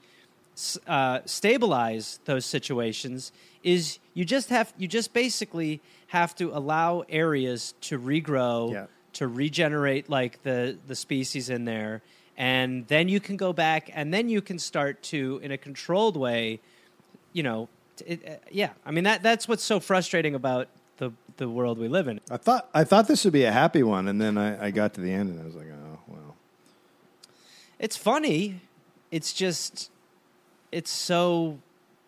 S2: s- uh, stabilize those situations is you just have you just basically have to allow areas to regrow
S1: Yeah.
S2: to regenerate like the the species in there and then you can go back and then you can start to in a controlled way you know t- it, uh, yeah i mean that that's what's so frustrating about the the world we live in
S1: I thought I thought this would be a happy one, and then I, I got to the end and I was like, oh well.
S2: it's funny it's just it's so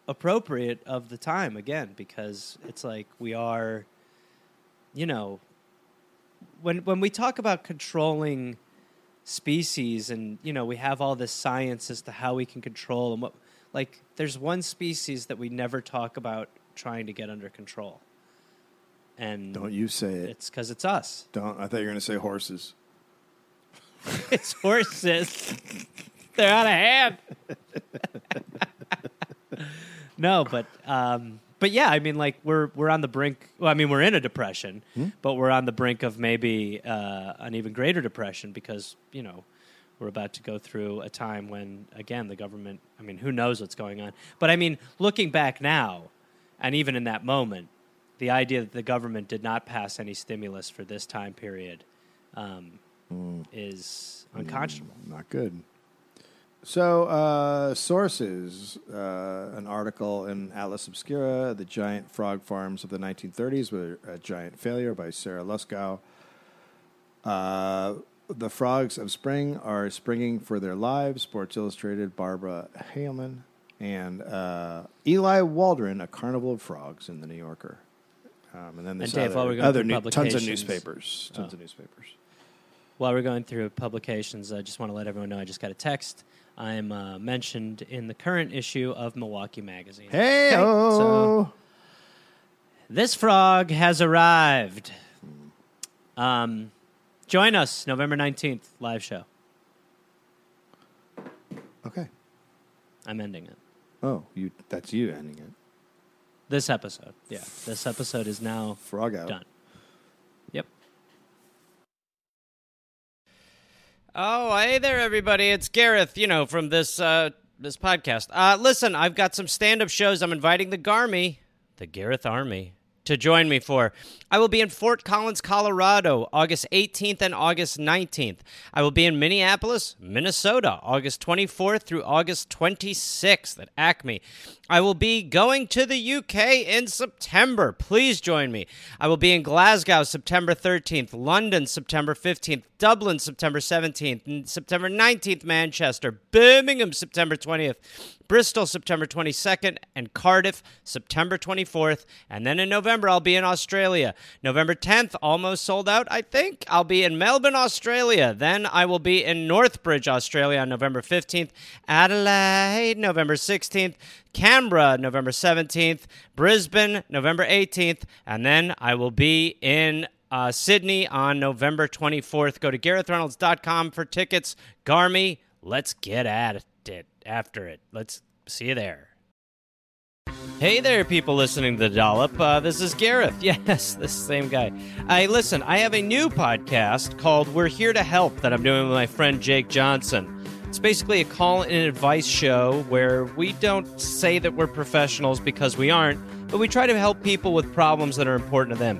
S2: appropriate of the time again because it's like we are you know when when we talk about controlling species and you know we have all this science as to how we can control and what like there's one species that we never talk about trying to get under control and
S1: Don't you say it.
S2: it's because it's us
S1: Don't. I thought you were going to say horses.
S2: it's horses. They're out of hand. no, but um, but yeah, I mean, like we're we're on the brink. Well, I mean, we're in a depression, but we're on the brink of maybe uh, an even greater depression because you know we're about to go through a time when again the government. I mean, who knows what's going on? But I mean, looking back now, and even in that moment, the idea that the government did not pass any stimulus for this time period. Um, is unconscionable.
S1: Not good. So, uh, sources uh, an article in Atlas Obscura, The Giant Frog Farms of the 1930s were a giant failure by Sarah Luskow. Uh, the Frogs of Spring are springing for their lives, Sports Illustrated, Barbara Haleman, and uh, Eli Waldron, A Carnival of Frogs in The New Yorker. Um, and then there's
S2: And Dave,
S1: other,
S2: while we're going
S1: other
S2: through
S1: new, tons of
S2: publications- Oh.
S1: newspapers. Tons of newspapers.
S2: While we're going through publications, I just want to let everyone know I just got a text. I'm uh, mentioned in the current issue of Milwaukee Magazine.
S1: Hey,
S2: So- This frog has arrived. Um, join us November 19th, live show.
S1: okay.
S2: I'm ending it.
S1: Oh, you that's you ending it.
S2: This episode. Yeah. This episode is now
S1: Frog out.
S2: done. Yep. Oh, hey there, everybody. It's Gareth, you know, from this uh, this podcast. Uh, listen, I've got some stand up shows. I'm inviting the Garmy, the Gareth Army, to join me for. I will be in Fort Collins, Colorado, August 18th and August 19th. I will be in Minneapolis, Minnesota, August 24th through August 26th at Acme. I will be going to the UK in September. Please join me. I will be in Glasgow September 13th, London September 15th, Dublin September 17th, and September 19th, Manchester, Birmingham September 20th. Bristol, September 22nd, and Cardiff, September 24th. And then in November, I'll be in Australia. November 10th, almost sold out, I think. I'll be in Melbourne, Australia. Then I will be in Northbridge, Australia on November 15th, Adelaide, November 16th, Canberra, November 17th, Brisbane, November 18th, and then I will be in uh, Sydney on November 24th. Go to GarethReynolds.com for tickets. Garmy, let's get at it after it. Let's see you there. Hey there, people listening to the Dollop. Uh, this is Gareth. Yes, this same guy. I listen. I have a new podcast called "We're Here to Help" that I'm doing with my friend Jake Johnson. It's basically a call and advice show where we don't say that we're professionals because we aren't, but we try to help people with problems that are important to them.